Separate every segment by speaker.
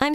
Speaker 1: I'm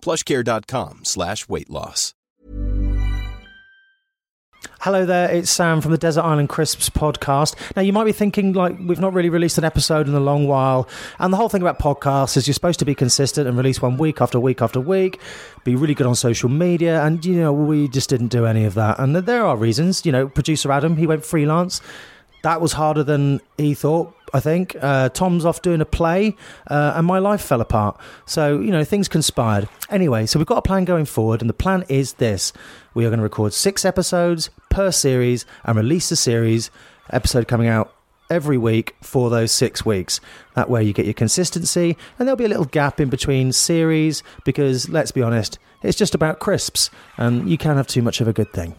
Speaker 2: Plushcare.com slash weight loss.
Speaker 3: Hello there, it's Sam from the Desert Island Crisps podcast. Now, you might be thinking, like, we've not really released an episode in a long while. And the whole thing about podcasts is you're supposed to be consistent and release one week after week after week, be really good on social media. And, you know, we just didn't do any of that. And there are reasons. You know, producer Adam, he went freelance. That was harder than he thought, I think. Uh, Tom's off doing a play, uh, and my life fell apart. So, you know, things conspired. Anyway, so we've got a plan going forward, and the plan is this we are going to record six episodes per series and release the series, episode coming out every week for those six weeks. That way you get your consistency, and there'll be a little gap in between series because, let's be honest, it's just about crisps, and you can't have too much of a good thing.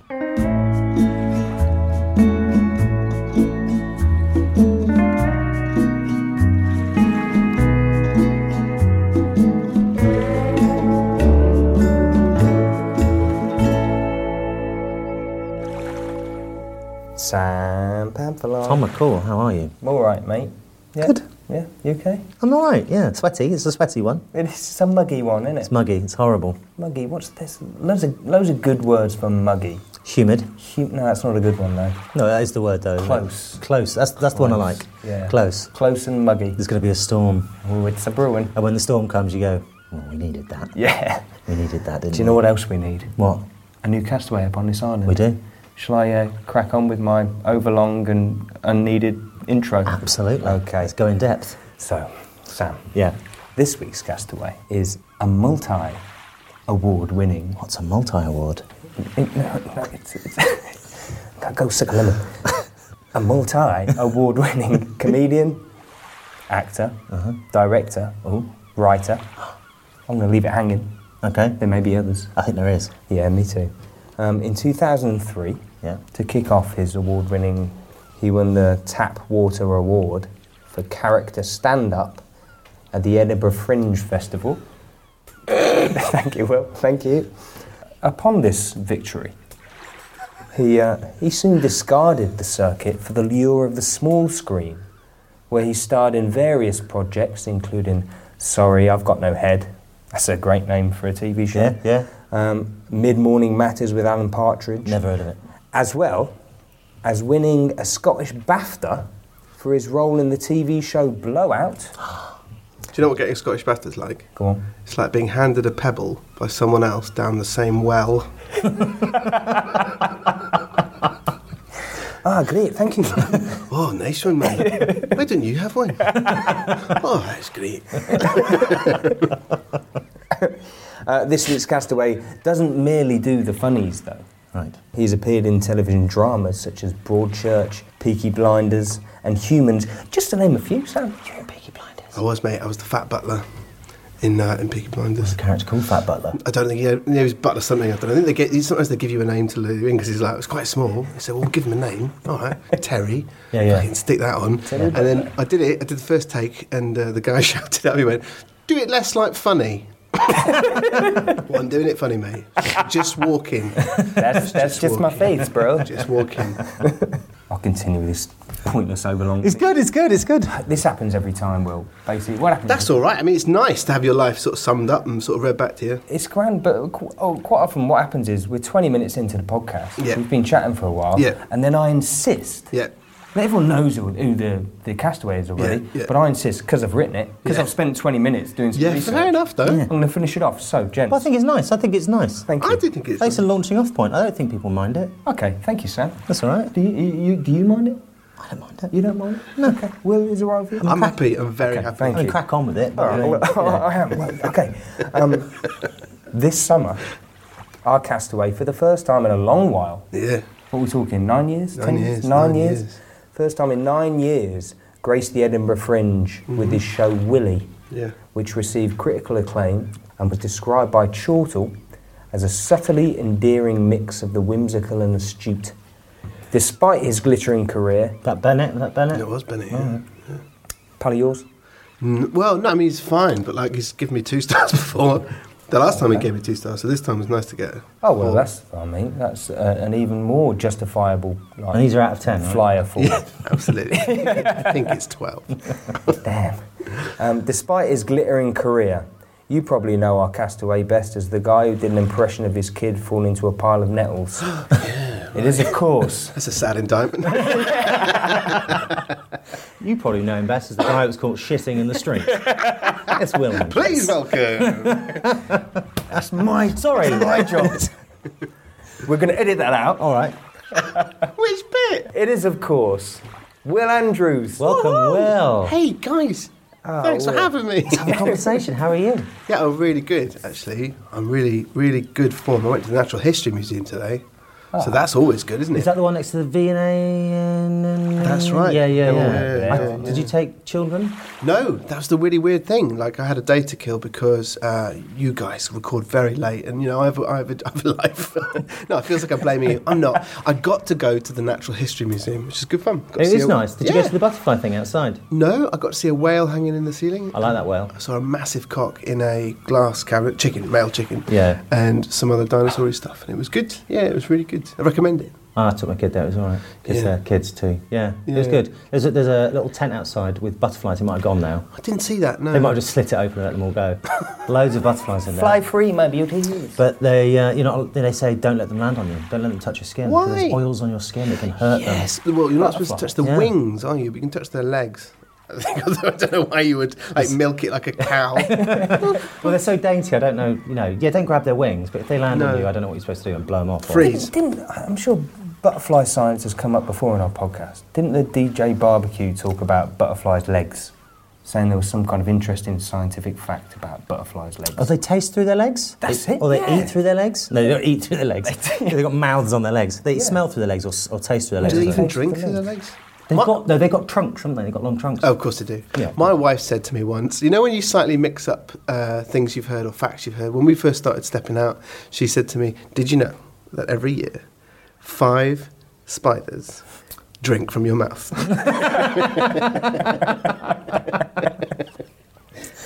Speaker 4: Sam Pamphilon.
Speaker 3: Tom McCall, how are you?
Speaker 4: I'm all right, mate. Yeah.
Speaker 3: Good.
Speaker 4: Yeah, you okay?
Speaker 3: I'm all right, yeah. Sweaty, it's a sweaty one.
Speaker 4: It's a muggy one, isn't it?
Speaker 3: It's muggy, it's horrible.
Speaker 4: muggy. What's this? Loads of loads of good words for muggy.
Speaker 3: Humid.
Speaker 4: Hu- no, that's not a good one though.
Speaker 3: No, that is the word though. isn't it?
Speaker 4: Close.
Speaker 3: Close. That's that's the one I
Speaker 4: Close,
Speaker 3: like.
Speaker 4: yeah.
Speaker 3: Close.
Speaker 4: Close and muggy.
Speaker 3: There's going to be a storm,
Speaker 4: Oh, it's a brewing.
Speaker 3: and when the storm comes, you go, oh, "We needed that.
Speaker 4: Yeah.
Speaker 3: We needed that, didn't
Speaker 4: Do you know what else we need?
Speaker 3: we?" What?
Speaker 4: A new castaway up on this island.
Speaker 3: We do.
Speaker 4: Shall I uh, crack on with my overlong and unneeded intro?
Speaker 3: Absolutely.
Speaker 4: Okay.
Speaker 3: Let's go in depth.
Speaker 4: So, Sam,
Speaker 3: Yeah.
Speaker 4: this week's castaway is a multi award winning
Speaker 3: What's a multi-award?
Speaker 4: It, no, no, it's, it's go, go suck a lemon. a multi award winning comedian, actor,
Speaker 3: Uh-huh.
Speaker 4: director, writer. I'm going to leave it hanging.
Speaker 3: Okay.
Speaker 4: There may be others.
Speaker 3: I think there is.
Speaker 4: Yeah, me too. Um, in 2003,
Speaker 3: Yeah.
Speaker 4: to kick off his award winning, he won the Tap Water Award for character stand up at the Edinburgh Fringe Festival. Thank you, Will. Thank you. Upon this victory, he, uh, he soon discarded the circuit for the lure of the small screen, where he starred in various projects, including Sorry, I've Got No Head. That's a great name for a TV show.
Speaker 3: Yeah. Yeah.
Speaker 4: Um, Mid Morning Matters with Alan Partridge.
Speaker 3: Never heard of it.
Speaker 4: As well as winning a Scottish BAFTA for his role in the TV show Blowout.
Speaker 5: Do you know what getting a Scottish BAFTA's like?
Speaker 4: Go on.
Speaker 5: It's like being handed a pebble by someone else down the same well.
Speaker 4: Ah, great, thank you.
Speaker 5: Oh, nice one, man. Why don't you have one? oh, that's great.
Speaker 4: uh, this week's Castaway doesn't merely do the funnies, though.
Speaker 3: Right.
Speaker 4: He's appeared in television dramas such as Broadchurch, Peaky Blinders, and Humans, just to name a few. Sam, you're in Peaky Blinders.
Speaker 5: I was, mate. I was the fat butler in uh, in Peaky Blinders.
Speaker 3: Character called Fat Butler.
Speaker 5: I don't think he, had, he was butler something. I don't know. I think they get sometimes they give you a name to leave in because he's like it's quite small. They say, well, we'll give him a name. All right, Terry.
Speaker 3: Yeah, yeah.
Speaker 5: Fucking stick that on. And then I did it. I did the first take, and uh, the guy shouted at me, went, "Do it less like funny." well, I'm doing it funny, mate. Just walking.
Speaker 4: That's, that's just my
Speaker 5: walking.
Speaker 4: face, bro.
Speaker 5: Just walking.
Speaker 4: I'll continue this pointless overlong.
Speaker 3: It's good. It's good. It's good.
Speaker 4: This happens every time, Will. Basically, what happens?
Speaker 5: That's all right. I mean, it's nice to have your life sort of summed up and sort of read back to you.
Speaker 4: It's grand, but qu- oh, quite often what happens is we're 20 minutes into the podcast.
Speaker 5: Yeah.
Speaker 4: We've been chatting for a while.
Speaker 5: Yeah.
Speaker 4: And then I insist
Speaker 5: Yeah.
Speaker 4: But everyone knows who, who the, the castaway is already.
Speaker 5: yeah.
Speaker 4: But I insist, because I've written it, because
Speaker 5: Yeah.
Speaker 4: I've spent 20 minutes doing some
Speaker 5: Yeah,
Speaker 4: research.
Speaker 5: fair enough, though.
Speaker 4: I'm going to finish it off. So, gents.
Speaker 3: But I think it's nice. I think it's nice.
Speaker 4: thank you.
Speaker 5: I did think it's.
Speaker 3: Thanks for launching off point. I don't think people mind it.
Speaker 4: Okay, thank you, Sam.
Speaker 3: That's all right.
Speaker 4: Do you, you, you, do you mind it?
Speaker 3: I don't mind it.
Speaker 4: You don't mind it? No. Okay. Will is all right with you?
Speaker 5: I'm happy. I'm very happy.
Speaker 4: thank
Speaker 3: I mean,
Speaker 4: you.
Speaker 3: crack on with it. but,
Speaker 4: All right,
Speaker 3: I mean,
Speaker 4: well,
Speaker 3: yeah.
Speaker 4: I am. Well, Okay. Um, this summer, our castaway for the first time in a long while.
Speaker 5: Yeah.
Speaker 4: What are we talking? Nine years?
Speaker 5: Nine
Speaker 4: Ten
Speaker 5: years,
Speaker 4: Nine,
Speaker 5: nine
Speaker 4: years.
Speaker 5: years.
Speaker 4: First time in nine years, graced the Edinburgh Fringe with his show Willie,
Speaker 5: Mm-hmm. Yeah.
Speaker 4: which received critical acclaim and was described by Chortle as a subtly endearing mix of the whimsical and astute. Despite his glittering career,
Speaker 3: That Bennett, that Bennett.
Speaker 5: It was Bennett. Yeah.
Speaker 4: pal of yours,
Speaker 5: N- Well, no, I mean he's fine, but like he's given me two stars before. The last time he gave me two stars, so this time it's nice to get.
Speaker 4: Oh well, that's I mean that's uh, an even more justifiable. Like,
Speaker 3: And these are out of 10, right?
Speaker 4: Flyer for
Speaker 5: Yeah, absolutely. I think it's twelve.
Speaker 4: damn. Um, despite his glittering career, you probably know our castaway best as the guy who did an impression of his kid falling into a pile of nettles. It is, of course.
Speaker 5: That's a sad indictment.
Speaker 3: You probably know him best as the guy who was caught shitting in the street. it's Will.
Speaker 5: Please welcome.
Speaker 4: That's my sorry, my job. We're going to edit that out.
Speaker 3: All right.
Speaker 5: Which bit?
Speaker 4: It is, of course, Will Andrews.
Speaker 3: Welcome, Will. Oh,
Speaker 5: Hey guys, thanks for having me.
Speaker 3: Have a conversation. How are you?
Speaker 5: yeah, I'm really good actually. I'm really, really good form. I went to the Natural History Museum today, so that's always good, isn't it?
Speaker 3: Ah. Is that the one next to the V and A?
Speaker 5: That's right.
Speaker 3: Yeah, yeah,
Speaker 5: They're all
Speaker 3: yeah.
Speaker 5: there,
Speaker 3: I-
Speaker 5: yeah,
Speaker 3: Did you take children?
Speaker 5: No, that was the really weird thing. Like, I had a day to kill because uh, you guys record very late, and you know, I have, a- I have, a, I have a life. no, it feels like I'm blaming you. I'm not. I got to go to the Natural History Museum, which is good fun. Got to
Speaker 3: It
Speaker 5: see
Speaker 3: is
Speaker 5: a-
Speaker 3: nice. Did you
Speaker 5: Yeah.
Speaker 3: go to the butterfly thing outside?
Speaker 5: No, I got to see a whale hanging in the ceiling.
Speaker 3: I like that whale.
Speaker 5: I saw a massive cock in a glass cabinet, chicken, male chicken,
Speaker 3: Yeah.
Speaker 5: and some other dinosaur stuff, and it was good. Yeah, it was really good. I recommend it.
Speaker 3: Ah, I took my kid there. It was all right. Kids
Speaker 5: Yeah.
Speaker 3: there, kids too. Yeah, it was
Speaker 5: Yeah.
Speaker 3: good. There's a, there's a little tent outside with butterflies. He might have gone now.
Speaker 5: I didn't see that. No,
Speaker 3: They might have just slit it open and let them all go. Loads of butterflies in there.
Speaker 4: Fly free, my beauties.
Speaker 3: But they, uh, you know, they say don't let them land on you. Don't let them touch your skin. 'cause There's
Speaker 5: Why?
Speaker 3: oils on your skin. It can hurt them.
Speaker 5: Yes. Oh. Well, you're not supposed to touch the
Speaker 3: Yeah.
Speaker 5: wings, are you? But you can touch their legs. I think I don't know why you would like milk it like a cow.
Speaker 3: Well, they're so dainty. I don't know. You know, yeah, don't grab their wings. But if they land on
Speaker 5: No.
Speaker 3: you, I don't know what you're supposed to do and blow them off. or-
Speaker 5: Freeze.
Speaker 4: Didn't, I'm sure butterfly science has come up before in our podcast. Didn't the DJ Barbecue talk about butterflies' legs? Saying there was some kind of interesting scientific fact about butterflies' legs.
Speaker 3: Oh, they taste through their legs?
Speaker 4: That's
Speaker 3: They-
Speaker 4: it,
Speaker 3: Or they
Speaker 4: yeah.
Speaker 3: eat through their legs? No, they don't eat through their legs. They've got mouths on their legs. They smell through their legs or, s- or taste through their
Speaker 5: Do they
Speaker 3: legs.
Speaker 5: even
Speaker 3: don't they?
Speaker 5: drink through their legs?
Speaker 3: They've
Speaker 5: My-
Speaker 3: got, no, they've got trunks, haven't they? They've got long trunks.
Speaker 5: Oh, of course they do.
Speaker 3: Yeah.
Speaker 5: My wife said to me once, you know, when you slightly mix up uh, things you've heard or facts you've heard, when we first started stepping out, she said to me, Did you know that every year five spiders drink from your mouth?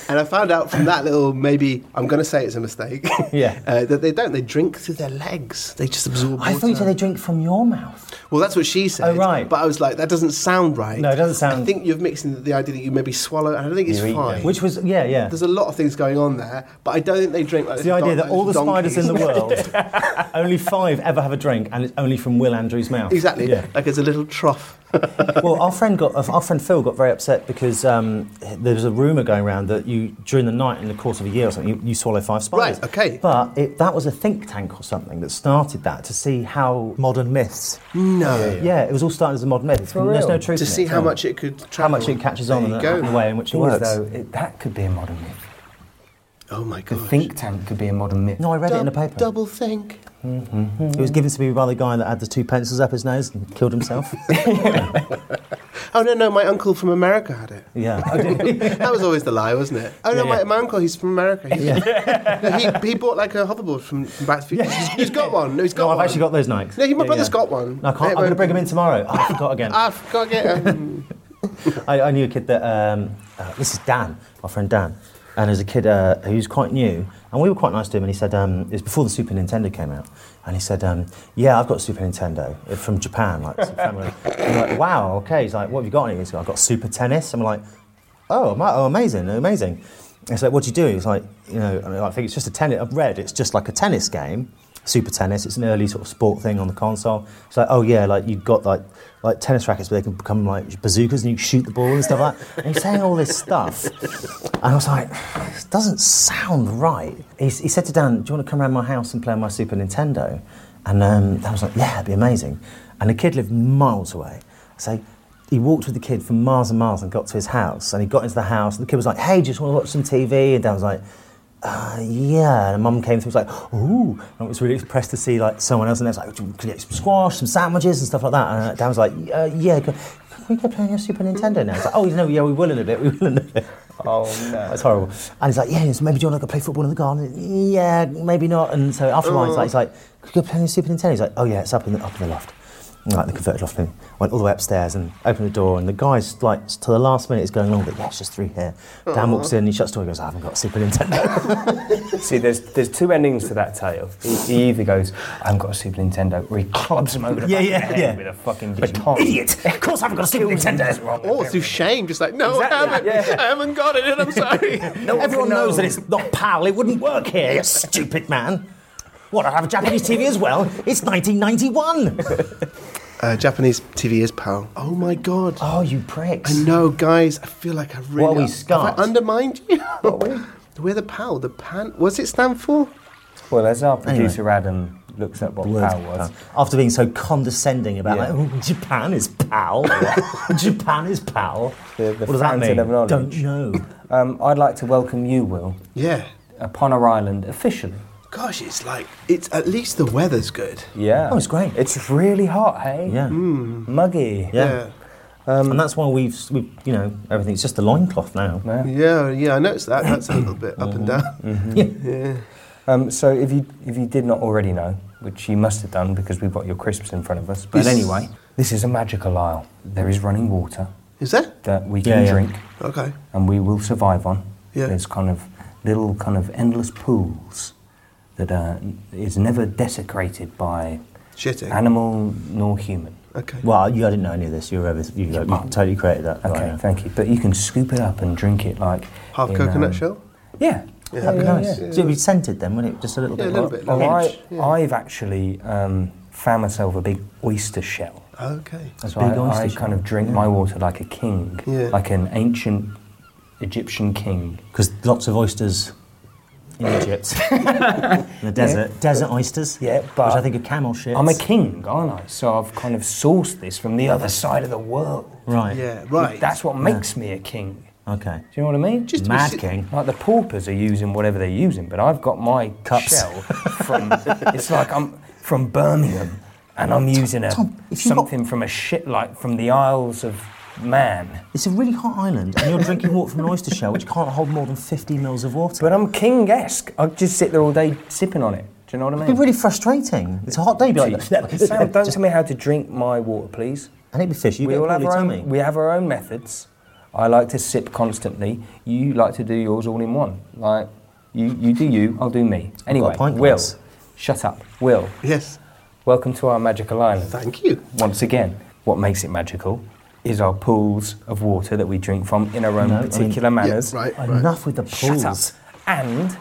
Speaker 5: and I found out from that little maybe, I'm going to say it's a mistake,
Speaker 3: Yeah.
Speaker 5: uh, that they don't. They drink through their legs, they just absorb
Speaker 3: I thought you said
Speaker 5: water.
Speaker 3: they drink from your mouth.
Speaker 5: Well, that's what she said.
Speaker 3: Oh, right.
Speaker 5: But I was like, that doesn't sound right.
Speaker 3: No, it doesn't
Speaker 5: I
Speaker 3: sound-
Speaker 5: think you're mixing the idea that you maybe swallow, and I think it's
Speaker 4: You eat
Speaker 5: fine.
Speaker 4: them.
Speaker 3: Which was, yeah, yeah.
Speaker 5: There's a lot of things going on there, but I don't think they drink like
Speaker 3: It's the idea
Speaker 5: don-
Speaker 3: that all the
Speaker 5: those
Speaker 3: spiders in the
Speaker 5: donkeys.
Speaker 3: world, only five ever have a drink, and it's only from Will Andrews' mouth.
Speaker 5: exactly.
Speaker 3: Yeah.
Speaker 5: Like it's a little trough.
Speaker 3: well, our friend got our friend Phil got very upset because um, there was a rumor going around that you during the night in the course of a year or something you, you swallow five spiders.
Speaker 5: Right, okay.
Speaker 3: But it, that was a think tank or something that started that to see how modern myths.
Speaker 5: No.
Speaker 3: Yeah, it was all started as a modern myth. It's- There's no
Speaker 4: real?
Speaker 3: truth
Speaker 5: To
Speaker 3: in
Speaker 5: see
Speaker 3: it,
Speaker 5: how
Speaker 3: no.
Speaker 5: much it could
Speaker 3: how
Speaker 5: travel.
Speaker 3: much it catches
Speaker 5: There
Speaker 3: on and
Speaker 5: you
Speaker 3: the,
Speaker 5: go.
Speaker 3: and the way in which it
Speaker 4: Thing is,
Speaker 3: works.
Speaker 4: though, it, that could be a modern myth.
Speaker 5: Oh my
Speaker 4: The
Speaker 5: god.
Speaker 4: think tank could be a modern myth.
Speaker 3: No, I read it in a
Speaker 5: Dou-
Speaker 3: paper.
Speaker 5: Double think.
Speaker 3: It was given to me by the guy that had the two pencils up his nose and killed himself.
Speaker 5: Oh no, no, my uncle from America had it.
Speaker 3: yeah. I did.
Speaker 5: That was always the lie, wasn't it? Oh no,
Speaker 3: Yeah, yeah.
Speaker 5: My, my uncle, he's from America. He's-
Speaker 3: yeah.
Speaker 5: no, he, he bought like a hoverboard from, from Back to the Future. He's, he's got one. No, he's got
Speaker 3: No, I've
Speaker 5: one.
Speaker 3: actually got those Nikes.
Speaker 5: No, he- my
Speaker 3: Yeah,
Speaker 5: brother's
Speaker 3: yeah.
Speaker 5: got one.
Speaker 3: No, I can't, I'm going to bring them in tomorrow. Oh, I forgot again.
Speaker 5: I forgot to get um,
Speaker 3: I, I knew a kid that um, uh, this is Dan, my friend Dan, and there's a kid uh, who's quite new, and we were quite nice to him. And he said um, it was before the Super Nintendo came out, and he said, um, "Yeah, I've got a Super Nintendo uh, from Japan, like some family." And I'm like, "Wow, okay." He's like, "What have you got?" And he's like, "I've got Super Tennis." I'm like, "Oh, am I- oh, amazing, amazing." And he's like, "What do you do?" He's like, "You know, I, mean, I think it's just a tennis. I've read it's just like a tennis game." Super Tennis. It's an early sort of sport thing on the console. It's like, oh yeah, like you've got like like tennis rackets, but they can become like bazookas and you shoot the ball and stuff like that. And he's saying all this stuff, and I was like, this doesn't sound right. He, s- he said to Dan, "Do you want to come around my house and play on my Super Nintendo?" And um, I was like, "Yeah, it'd be amazing." And the kid lived miles away, so he walked with the kid for miles and miles and got to his house. And he got into the house, and the kid was like, "Hey, just want to watch some TV?" And Dan was like uh, yeah. And mum came through, was like, ooh. And I was really impressed to see like someone else, and they was like, could you get some squash, some sandwiches, and stuff like that. And uh, Dan was like, uh, yeah, can, can we go play on your Super Nintendo now? It's like, oh, no, yeah, we will in a bit, we will in a bit.
Speaker 4: Oh
Speaker 3: That's
Speaker 4: no.
Speaker 3: horrible. And he's like, yeah, so maybe do you want to go play football in the garden? Yeah, maybe not. And so after a while, he's like, he's like, could you go play on your Super Nintendo? He's like, oh yeah, it's up in the, up in the loft. Like the converted loft, and went all the way upstairs and opened the door, and the guy's like to the last minute is going along, but yeah, it's just through here. Dan walks in, he shuts the door, he goes, I haven't got a Super Nintendo.
Speaker 4: See, there's there's two endings to that tale. He, he either goes, I've got a Super Nintendo, or he clubs him over the
Speaker 3: Yeah,
Speaker 4: back of
Speaker 3: yeah,
Speaker 4: the head
Speaker 3: yeah.
Speaker 4: with a fucking
Speaker 3: But
Speaker 4: baton.
Speaker 3: idiot! Of course I haven't got a Super Nintendo.
Speaker 5: Or through shame, just like, no, I haven't.
Speaker 4: Exactly, yeah.
Speaker 5: I haven't got it, and I'm sorry.
Speaker 3: No, everyone
Speaker 4: no.
Speaker 3: knows that it's not PAL. It wouldn't work here, you stupid man. What, I have a Japanese TV as well? It's 1991!
Speaker 5: uh, Japanese TV is pal. Oh my god.
Speaker 3: Oh, you pricks.
Speaker 5: I know, guys. I feel like I really.
Speaker 3: What are we,
Speaker 5: have
Speaker 3: Scots?
Speaker 5: I undermined you. We're the pal. The pan. What's it stand for?
Speaker 4: Well, as our producer Adam looks at what
Speaker 3: Words
Speaker 4: power was,
Speaker 3: PAL. After being so condescending about,
Speaker 4: Yeah.
Speaker 3: like, oh, Japan is PAL. Japan is PAL.
Speaker 4: The- the
Speaker 3: what does that
Speaker 4: fountain
Speaker 3: mean?
Speaker 4: of knowledge.
Speaker 3: Don't know.
Speaker 4: um, I'd like to welcome you, Will,
Speaker 5: Yeah.
Speaker 4: upon our island officially.
Speaker 5: Gosh, it's like it's at least the weather's good.
Speaker 4: Yeah.
Speaker 3: Oh, it's great.
Speaker 4: It's really hot, hey?
Speaker 3: Yeah.
Speaker 4: Muggy.
Speaker 3: Yeah.
Speaker 4: Um,
Speaker 3: and that's why we've, we've, you know, everything's just a loincloth now.
Speaker 5: Yeah, yeah. I noticed that. That's a little bit up and down.
Speaker 4: Um, so if you if you did not already know, which you must have done because we've got your crisps in front of us. But
Speaker 5: This-
Speaker 4: anyway, this is a magical isle. There is running water
Speaker 5: Is there?
Speaker 4: that we
Speaker 3: Yeah,
Speaker 4: can
Speaker 3: yeah.
Speaker 4: drink
Speaker 5: Okay.
Speaker 4: and we will survive on.
Speaker 5: Yeah.
Speaker 4: There's kind of little kind of endless pools that uh, is never desecrated by
Speaker 5: Shitting.
Speaker 4: animal nor human.
Speaker 5: Okay.
Speaker 3: Well, you, I didn't know any of this. You, were, you, you totally created that.
Speaker 4: Okay,
Speaker 3: right now.
Speaker 4: thank you. But you can scoop it up and drink it like
Speaker 5: Half
Speaker 4: in,
Speaker 5: coconut
Speaker 4: um,
Speaker 5: shell.
Speaker 4: Yeah.
Speaker 5: Yeah,
Speaker 3: That'd be
Speaker 5: yeah,
Speaker 3: nice.
Speaker 5: yeah.
Speaker 3: So it'd be scented then, wouldn't it? Just a little
Speaker 5: Yeah,
Speaker 3: bit.
Speaker 5: a little
Speaker 3: like-
Speaker 5: bit.
Speaker 4: Well,
Speaker 5: like-
Speaker 4: I, I've actually um, found myself a big oyster shell.
Speaker 5: Okay.
Speaker 4: So
Speaker 3: big
Speaker 4: I,
Speaker 3: oyster
Speaker 4: I
Speaker 3: shell.
Speaker 4: kind of drink my water like a king,
Speaker 5: Yeah.
Speaker 4: like an ancient Egyptian king.
Speaker 3: Because lots of oysters in Egypt, in the desert, desert oysters.
Speaker 4: Yeah, but-
Speaker 3: which I think are camel shit.
Speaker 4: I'm a king, aren't I? So I've kind of sourced this from the other side of the world.
Speaker 3: Right.
Speaker 5: Yeah. Right.
Speaker 4: That's what makes me a king.
Speaker 3: Okay.
Speaker 4: Do you know what I mean?
Speaker 5: Just to be
Speaker 3: Mad
Speaker 5: si-
Speaker 3: king.
Speaker 4: Like the paupers are using whatever they're using, but I've got my
Speaker 3: Cups.
Speaker 4: shell from. it's like I'm from Birmingham, and I'm using a
Speaker 3: Tom, if you've got-
Speaker 4: something from a shit like from the Isles of Man.
Speaker 3: It's a really hot island, and you're drinking water from an oyster shell, which can't hold more than 50 mils of water.
Speaker 4: But I'm king-esque. I just sit there all day sipping on it. Do you know what I
Speaker 3: It'd
Speaker 4: mean?
Speaker 3: be really frustrating. It's a hot day, you'd be like,
Speaker 4: Sam, don't
Speaker 3: Just-
Speaker 4: tell me how to drink my water, please.
Speaker 3: and it'd be fish. You
Speaker 4: we
Speaker 3: get
Speaker 4: all have
Speaker 3: poorly,
Speaker 4: our
Speaker 3: tell
Speaker 4: own.
Speaker 3: me.
Speaker 4: We have our own methods. I like to sip constantly. You like to do yours all in one. Like you, you do you. I'll do me. Anyway,
Speaker 3: pint
Speaker 4: Will,
Speaker 3: glass.
Speaker 4: shut up. Will,
Speaker 5: Yes.
Speaker 4: welcome to our magical island.
Speaker 5: Thank you.
Speaker 4: Once again, what makes it magical is our pools of water that we drink from in our own
Speaker 3: No, I mean-
Speaker 4: particular
Speaker 5: Yeah,
Speaker 4: manners.
Speaker 5: right. Right.
Speaker 3: Enough with the
Speaker 4: Shut
Speaker 3: pools.
Speaker 4: up. And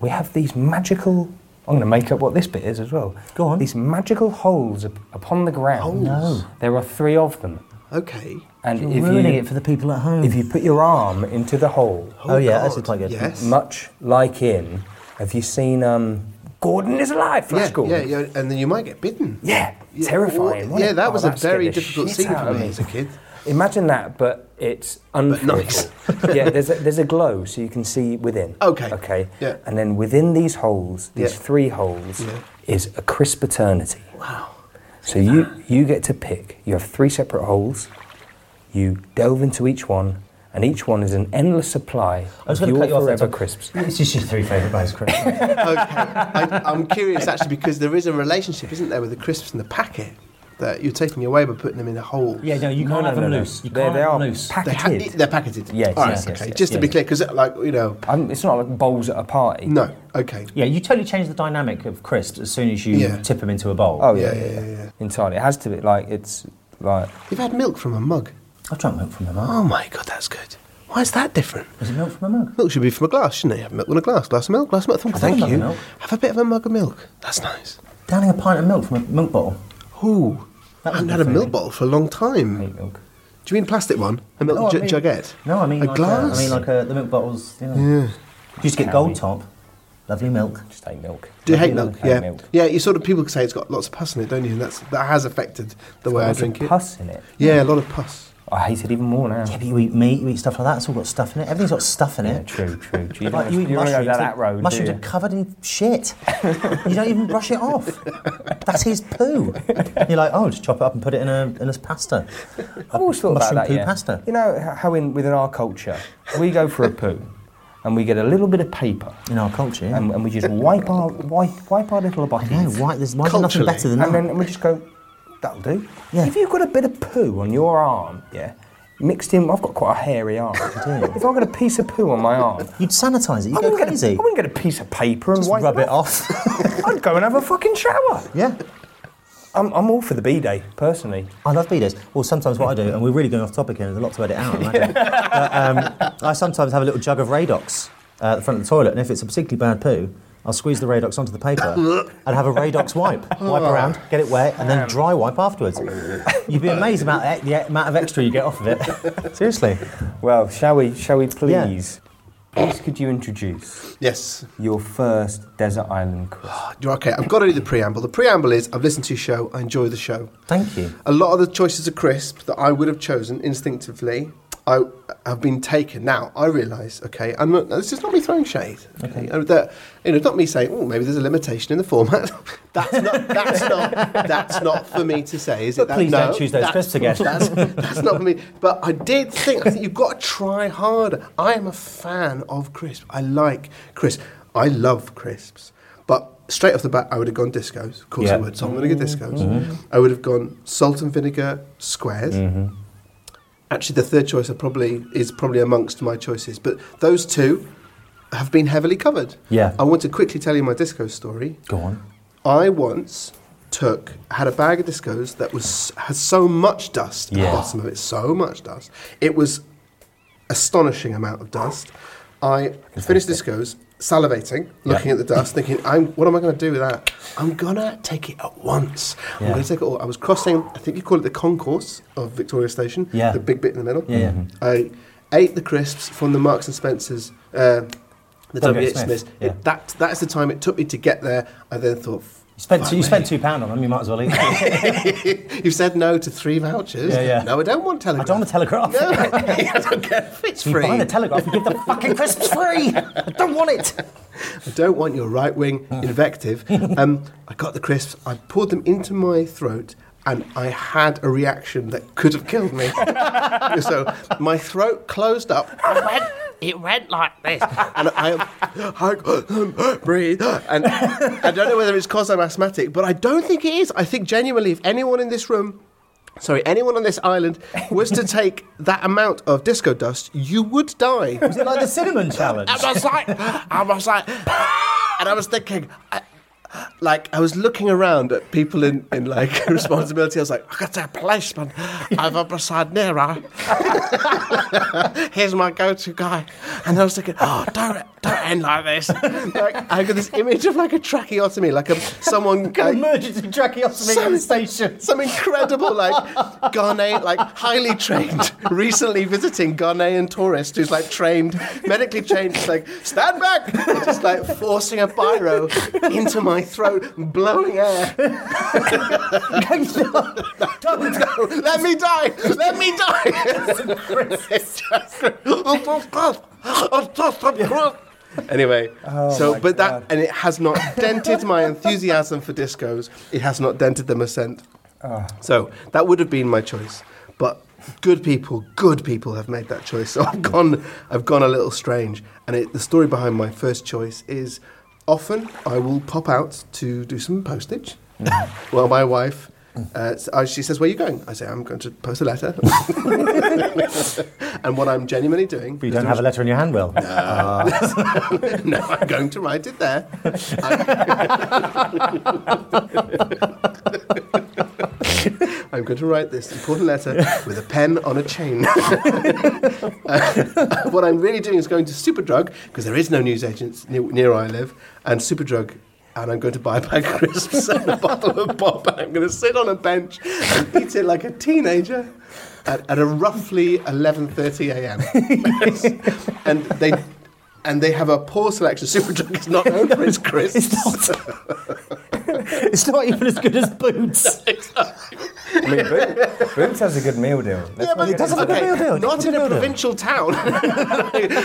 Speaker 4: we have these magical. I'm going to make up what this bit is as well.
Speaker 3: Go on.
Speaker 4: These magical holes up- upon the ground.
Speaker 3: Holes? No.
Speaker 4: There are three of them.
Speaker 5: Okay.
Speaker 4: And
Speaker 3: You're
Speaker 4: if
Speaker 3: ruining
Speaker 4: you,
Speaker 3: it for the people at home.
Speaker 4: if you put your arm into the hole,
Speaker 3: oh, yeah, that's
Speaker 5: God.
Speaker 3: quite good.
Speaker 5: Yes.
Speaker 4: much like in, have you seen um, Gordon is alive? Flash
Speaker 5: yeah,
Speaker 4: Gordon.
Speaker 5: yeah, yeah, and then you might get bitten.
Speaker 4: Yeah,
Speaker 5: Yeah,
Speaker 4: terrifying.
Speaker 5: or-
Speaker 4: wasn't
Speaker 5: yeah,
Speaker 4: it?
Speaker 5: that
Speaker 4: Oh,
Speaker 5: was a
Speaker 4: scared
Speaker 5: very
Speaker 4: the
Speaker 5: difficult
Speaker 4: shit
Speaker 5: scene
Speaker 4: out
Speaker 5: for
Speaker 4: of
Speaker 5: me as a kid.
Speaker 4: Imagine that, but it's
Speaker 5: nice.
Speaker 4: unflammable. yeah, there's a, there's a glow, so you can see within.
Speaker 5: Okay.
Speaker 4: Okay.
Speaker 5: Yeah.
Speaker 4: And then within these holes, these
Speaker 5: Yeah.
Speaker 4: three holes,
Speaker 5: Yeah.
Speaker 4: is a crisp eternity. Wow. So you you get to pick. You have three separate holes. You delve into each one, and each one is an endless supply
Speaker 3: I was
Speaker 4: of
Speaker 3: going to
Speaker 4: your
Speaker 3: cut you off. there,
Speaker 4: forever
Speaker 3: Tom.
Speaker 4: crisps.
Speaker 3: It's just your three favourite bags, Chris.
Speaker 5: I, I'm curious actually because there is a relationship, isn't there, with the crisps and the packet that you're taking away by putting them in a hole.
Speaker 3: yeah, no, you
Speaker 4: No,
Speaker 3: can't
Speaker 4: no,
Speaker 3: have
Speaker 4: no,
Speaker 3: them
Speaker 4: no.
Speaker 3: loose. You
Speaker 4: They-
Speaker 3: can't
Speaker 4: they
Speaker 3: have
Speaker 4: are
Speaker 3: them loose.
Speaker 4: packed
Speaker 5: They're, ha-
Speaker 4: Packeted.
Speaker 5: they're packeted.
Speaker 4: Yes,
Speaker 5: All right,
Speaker 4: yes, yes,
Speaker 5: okay.
Speaker 4: yes,
Speaker 5: Just to be
Speaker 3: yeah.
Speaker 5: clear, because like you know,
Speaker 4: Um, it's not like bowls at a party.
Speaker 5: no, okay,
Speaker 3: Yeah, you totally change the dynamic of crisps as soon as you
Speaker 5: Yeah.
Speaker 3: tip them into a bowl.
Speaker 4: Oh
Speaker 5: yeah,
Speaker 4: yeah,
Speaker 5: yeah, yeah.
Speaker 4: Entirely. It has to be like it's like
Speaker 5: You've had milk from a mug.
Speaker 3: I drank milk from them.
Speaker 5: Oh my god, that's good. Why is that different?
Speaker 3: Is it milk from a mug?
Speaker 5: Milk should be from a glass, shouldn't it? Have milk in a glass, glass of milk, glass of milk.
Speaker 3: Have a
Speaker 5: Thank
Speaker 3: mug of
Speaker 5: you.
Speaker 3: milk.
Speaker 5: Have a bit of a mug of milk. That's nice.
Speaker 3: Downing a pint of milk from a milk bottle.
Speaker 5: Ooh, I
Speaker 3: That was
Speaker 5: haven't
Speaker 3: my
Speaker 5: had a milk
Speaker 3: favourite.
Speaker 5: bottle for a long time.
Speaker 4: I hate milk.
Speaker 5: Do you mean a plastic one? A milk
Speaker 3: No, I
Speaker 5: ju-
Speaker 3: mean-
Speaker 5: jugette?
Speaker 3: No, I mean
Speaker 5: a
Speaker 3: like
Speaker 5: glass.
Speaker 3: I mean like uh the milk bottles. You know. Yeah. You used to get gold top, lovely milk.
Speaker 4: Just hate milk.
Speaker 5: Do you
Speaker 4: Hate
Speaker 5: hate milk?
Speaker 4: Hate
Speaker 5: Yeah,
Speaker 4: milk.
Speaker 5: yeah. You sort of people say it's got lots of pus in it, don't you? And that's that has affected the way I
Speaker 4: Lots of
Speaker 5: drink it.
Speaker 4: Pus in it.
Speaker 5: Yeah, a lot of pus.
Speaker 4: I hate it even more now.
Speaker 3: Yeah, but you eat meat, you eat stuff like that. It's all got stuff in it. Everything's got stuff in it.
Speaker 4: Yeah, true, true. true. You
Speaker 3: Like
Speaker 4: don't-
Speaker 3: you
Speaker 4: you
Speaker 3: eat
Speaker 4: don't wanna
Speaker 3: mushrooms.
Speaker 4: go down
Speaker 3: they-
Speaker 4: that road. do
Speaker 3: mushrooms
Speaker 4: you?
Speaker 3: are covered in shit. you don't even brush it off. That's his poo. You're like, oh, just chop it up and put it in a in a pasta.
Speaker 4: I've always thought about
Speaker 3: Mushroom
Speaker 4: that.
Speaker 3: poo
Speaker 4: yeah.
Speaker 3: pasta.
Speaker 4: You know h- how in within our culture we go for a poo, and we get a little bit of paper,
Speaker 3: In our culture, yeah.
Speaker 4: and, and we just wipe our wipe, wipe our little bodies,
Speaker 3: no, why, there's, why is there nothing
Speaker 5: Culturally.
Speaker 3: better than
Speaker 4: and
Speaker 3: that?
Speaker 4: then we just go, that'll do.
Speaker 3: Yeah.
Speaker 4: If you've got a bit of poo on your arm, yeah, mixed in, I've got quite a hairy arm. if I've got a piece of poo on my arm.
Speaker 3: You'd sanitise it. You'd
Speaker 4: I
Speaker 3: go
Speaker 4: wouldn't, get a, I
Speaker 3: crazy.
Speaker 4: wouldn't get a piece of paper and
Speaker 3: Just
Speaker 4: wipe
Speaker 3: rub it
Speaker 4: off.
Speaker 3: off.
Speaker 4: I'd go and have a fucking shower.
Speaker 3: yeah.
Speaker 4: I'm, I'm all for the B day, personally.
Speaker 3: I love videos. Oh, Well, sometimes what I do, and we're really going off topic here, there's a lot to edit out. I imagine. but, um, I sometimes have a little jug of Radox uh, at the front of the toilet, and if it's a particularly bad poo, I'll squeeze the Radox onto the paper and have a Radox wipe. Wipe around, get it wet, and then dry wipe afterwards. You'd be amazed about the, the amount of extra you get off of it. Seriously.
Speaker 4: Well, shall we? Shall we
Speaker 3: Yeah.
Speaker 4: please? Please, could you introduce
Speaker 5: Yes.
Speaker 4: your first desert island crisp?
Speaker 5: You're Okay, I've got to do the preamble. The preamble is I've listened to your show. I enjoy the show.
Speaker 3: Thank you.
Speaker 5: A lot of the choices are crisp that I would have chosen instinctively. I have been taken. Now I realise. Okay, I'm not, this is not me throwing shade. Okay, Uh, that you know, not me saying. Oh, maybe there's a limitation in the format. that's not. That's not. That's not for me to say. Is it?
Speaker 3: But
Speaker 5: That-
Speaker 3: please
Speaker 5: no,
Speaker 3: don't choose those
Speaker 5: that's-
Speaker 3: crisps again.
Speaker 5: That's, that's not for me. But I did think. I think you've got to try harder. I am a fan of crisp. I like crisp. I love crisps. But straight off the bat, I would have gone discos. Of course, I
Speaker 4: Yeah.
Speaker 5: would. So I'm going to go discos.
Speaker 3: Mm-hmm.
Speaker 5: I would have gone salt and vinegar squares. Actually, the third choice I probably is probably amongst my choices, but those two have been heavily covered.
Speaker 3: Yeah.
Speaker 5: I want to quickly tell you my disco story.
Speaker 3: Go on.
Speaker 5: I once took had a bag of discos that was had so much dust at
Speaker 4: Yeah.
Speaker 5: the bottom of it, so much dust. It was astonishing amount of dust. I finished discos, salivating, looking at the dust, thinking, I'm, what am I going to do with that? I'm going to take it at once. I'm
Speaker 3: Yeah.
Speaker 5: going to take it all. I was crossing, I think you call it the concourse of Victoria Station,
Speaker 3: Yeah.
Speaker 5: the big bit in the middle. Mm-hmm.
Speaker 3: Yeah, yeah.
Speaker 5: I ate the crisps from the Marks and Spencer's, uh, the
Speaker 3: Colgate
Speaker 5: WH Smith's.
Speaker 3: Smith,
Speaker 5: It-
Speaker 3: yeah.
Speaker 5: that, that's the time it took me to get there. I then thought,
Speaker 3: You spent,
Speaker 5: "Fuck
Speaker 3: two, you
Speaker 5: me."
Speaker 3: spent £2 on them, you might as well eat them.
Speaker 5: You've said no to three vouchers.
Speaker 3: Yeah, yeah.
Speaker 5: No, I don't want
Speaker 3: I
Speaker 5: telegraph.
Speaker 3: don't want a telegraph.
Speaker 5: No, I don't care if it's
Speaker 3: You
Speaker 5: free.
Speaker 3: buy the telegraph and give the fucking crisps free. I don't want it.
Speaker 5: I don't want your right wing invective. Um, I got the crisps, I poured them into my throat, and I had a reaction that could have killed me. so my throat closed up. It went, it went like this. And I, I couldn't breathe. And I don't know whether it's because I'm asthmatic, but I don't think it is. I think genuinely, if anyone in this room Sorry, anyone on this island was to take that amount of disco dust, you would die.
Speaker 3: Is it like the cinnamon challenge?
Speaker 5: I was like, I was like, and I was thinking, I, like, I was looking around at people in, in like responsibility. I was like, I got a policeman over beside Nero. Here's my go to guy. And I was thinking, oh, don't, don't end like this. Like, I got this image of like a tracheotomy, like a, someone.
Speaker 3: An
Speaker 5: like,
Speaker 3: emergency tracheostomy at the station.
Speaker 5: some incredible, like Ghanaian, like highly trained, recently visiting Ghanaian tourist who's like trained, medically trained, just like stand back, and just like forcing a biro into my throat, blowing air. Let me die! Let me die! It's just- It's just crap. It's just crap. Anyway, so but that and it has not dented my enthusiasm for discos. It has not dented them a cent. So that would have been my choice, but good people, good people have made that choice. So I've gone, I've gone a little strange, and it, the story behind my first choice is often I will pop out to do some postage. well, my wife. Uh, s- uh, she says, "Where are you going?" I say, "I'm going to post a letter." and what I'm genuinely doing,
Speaker 3: You don't have a letter in your hand, Will.
Speaker 5: no, I'm going to write it there. I'm, I'm going going to write this important letter with a pen on a chain. Uh, what I'm really doing is going to Superdrug because there is no newsagents near, near where I live, and Superdrug. And I'm going to buy a bag of crisps and a bottle of pop, and I'm going to sit on a bench and eat it like a teenager at, at a roughly 11:30 a.m. and they and they have a poor selection. Superdrug is not known for its crisps.
Speaker 3: It's not. it's not even as good as Boots.
Speaker 4: I mean, Boots, Boots has a good meal deal.
Speaker 5: Yeah, but
Speaker 6: it doesn't look
Speaker 5: okay,
Speaker 6: like a building. It
Speaker 5: Not in
Speaker 6: doesn't
Speaker 5: a
Speaker 6: look like a
Speaker 5: provincial town.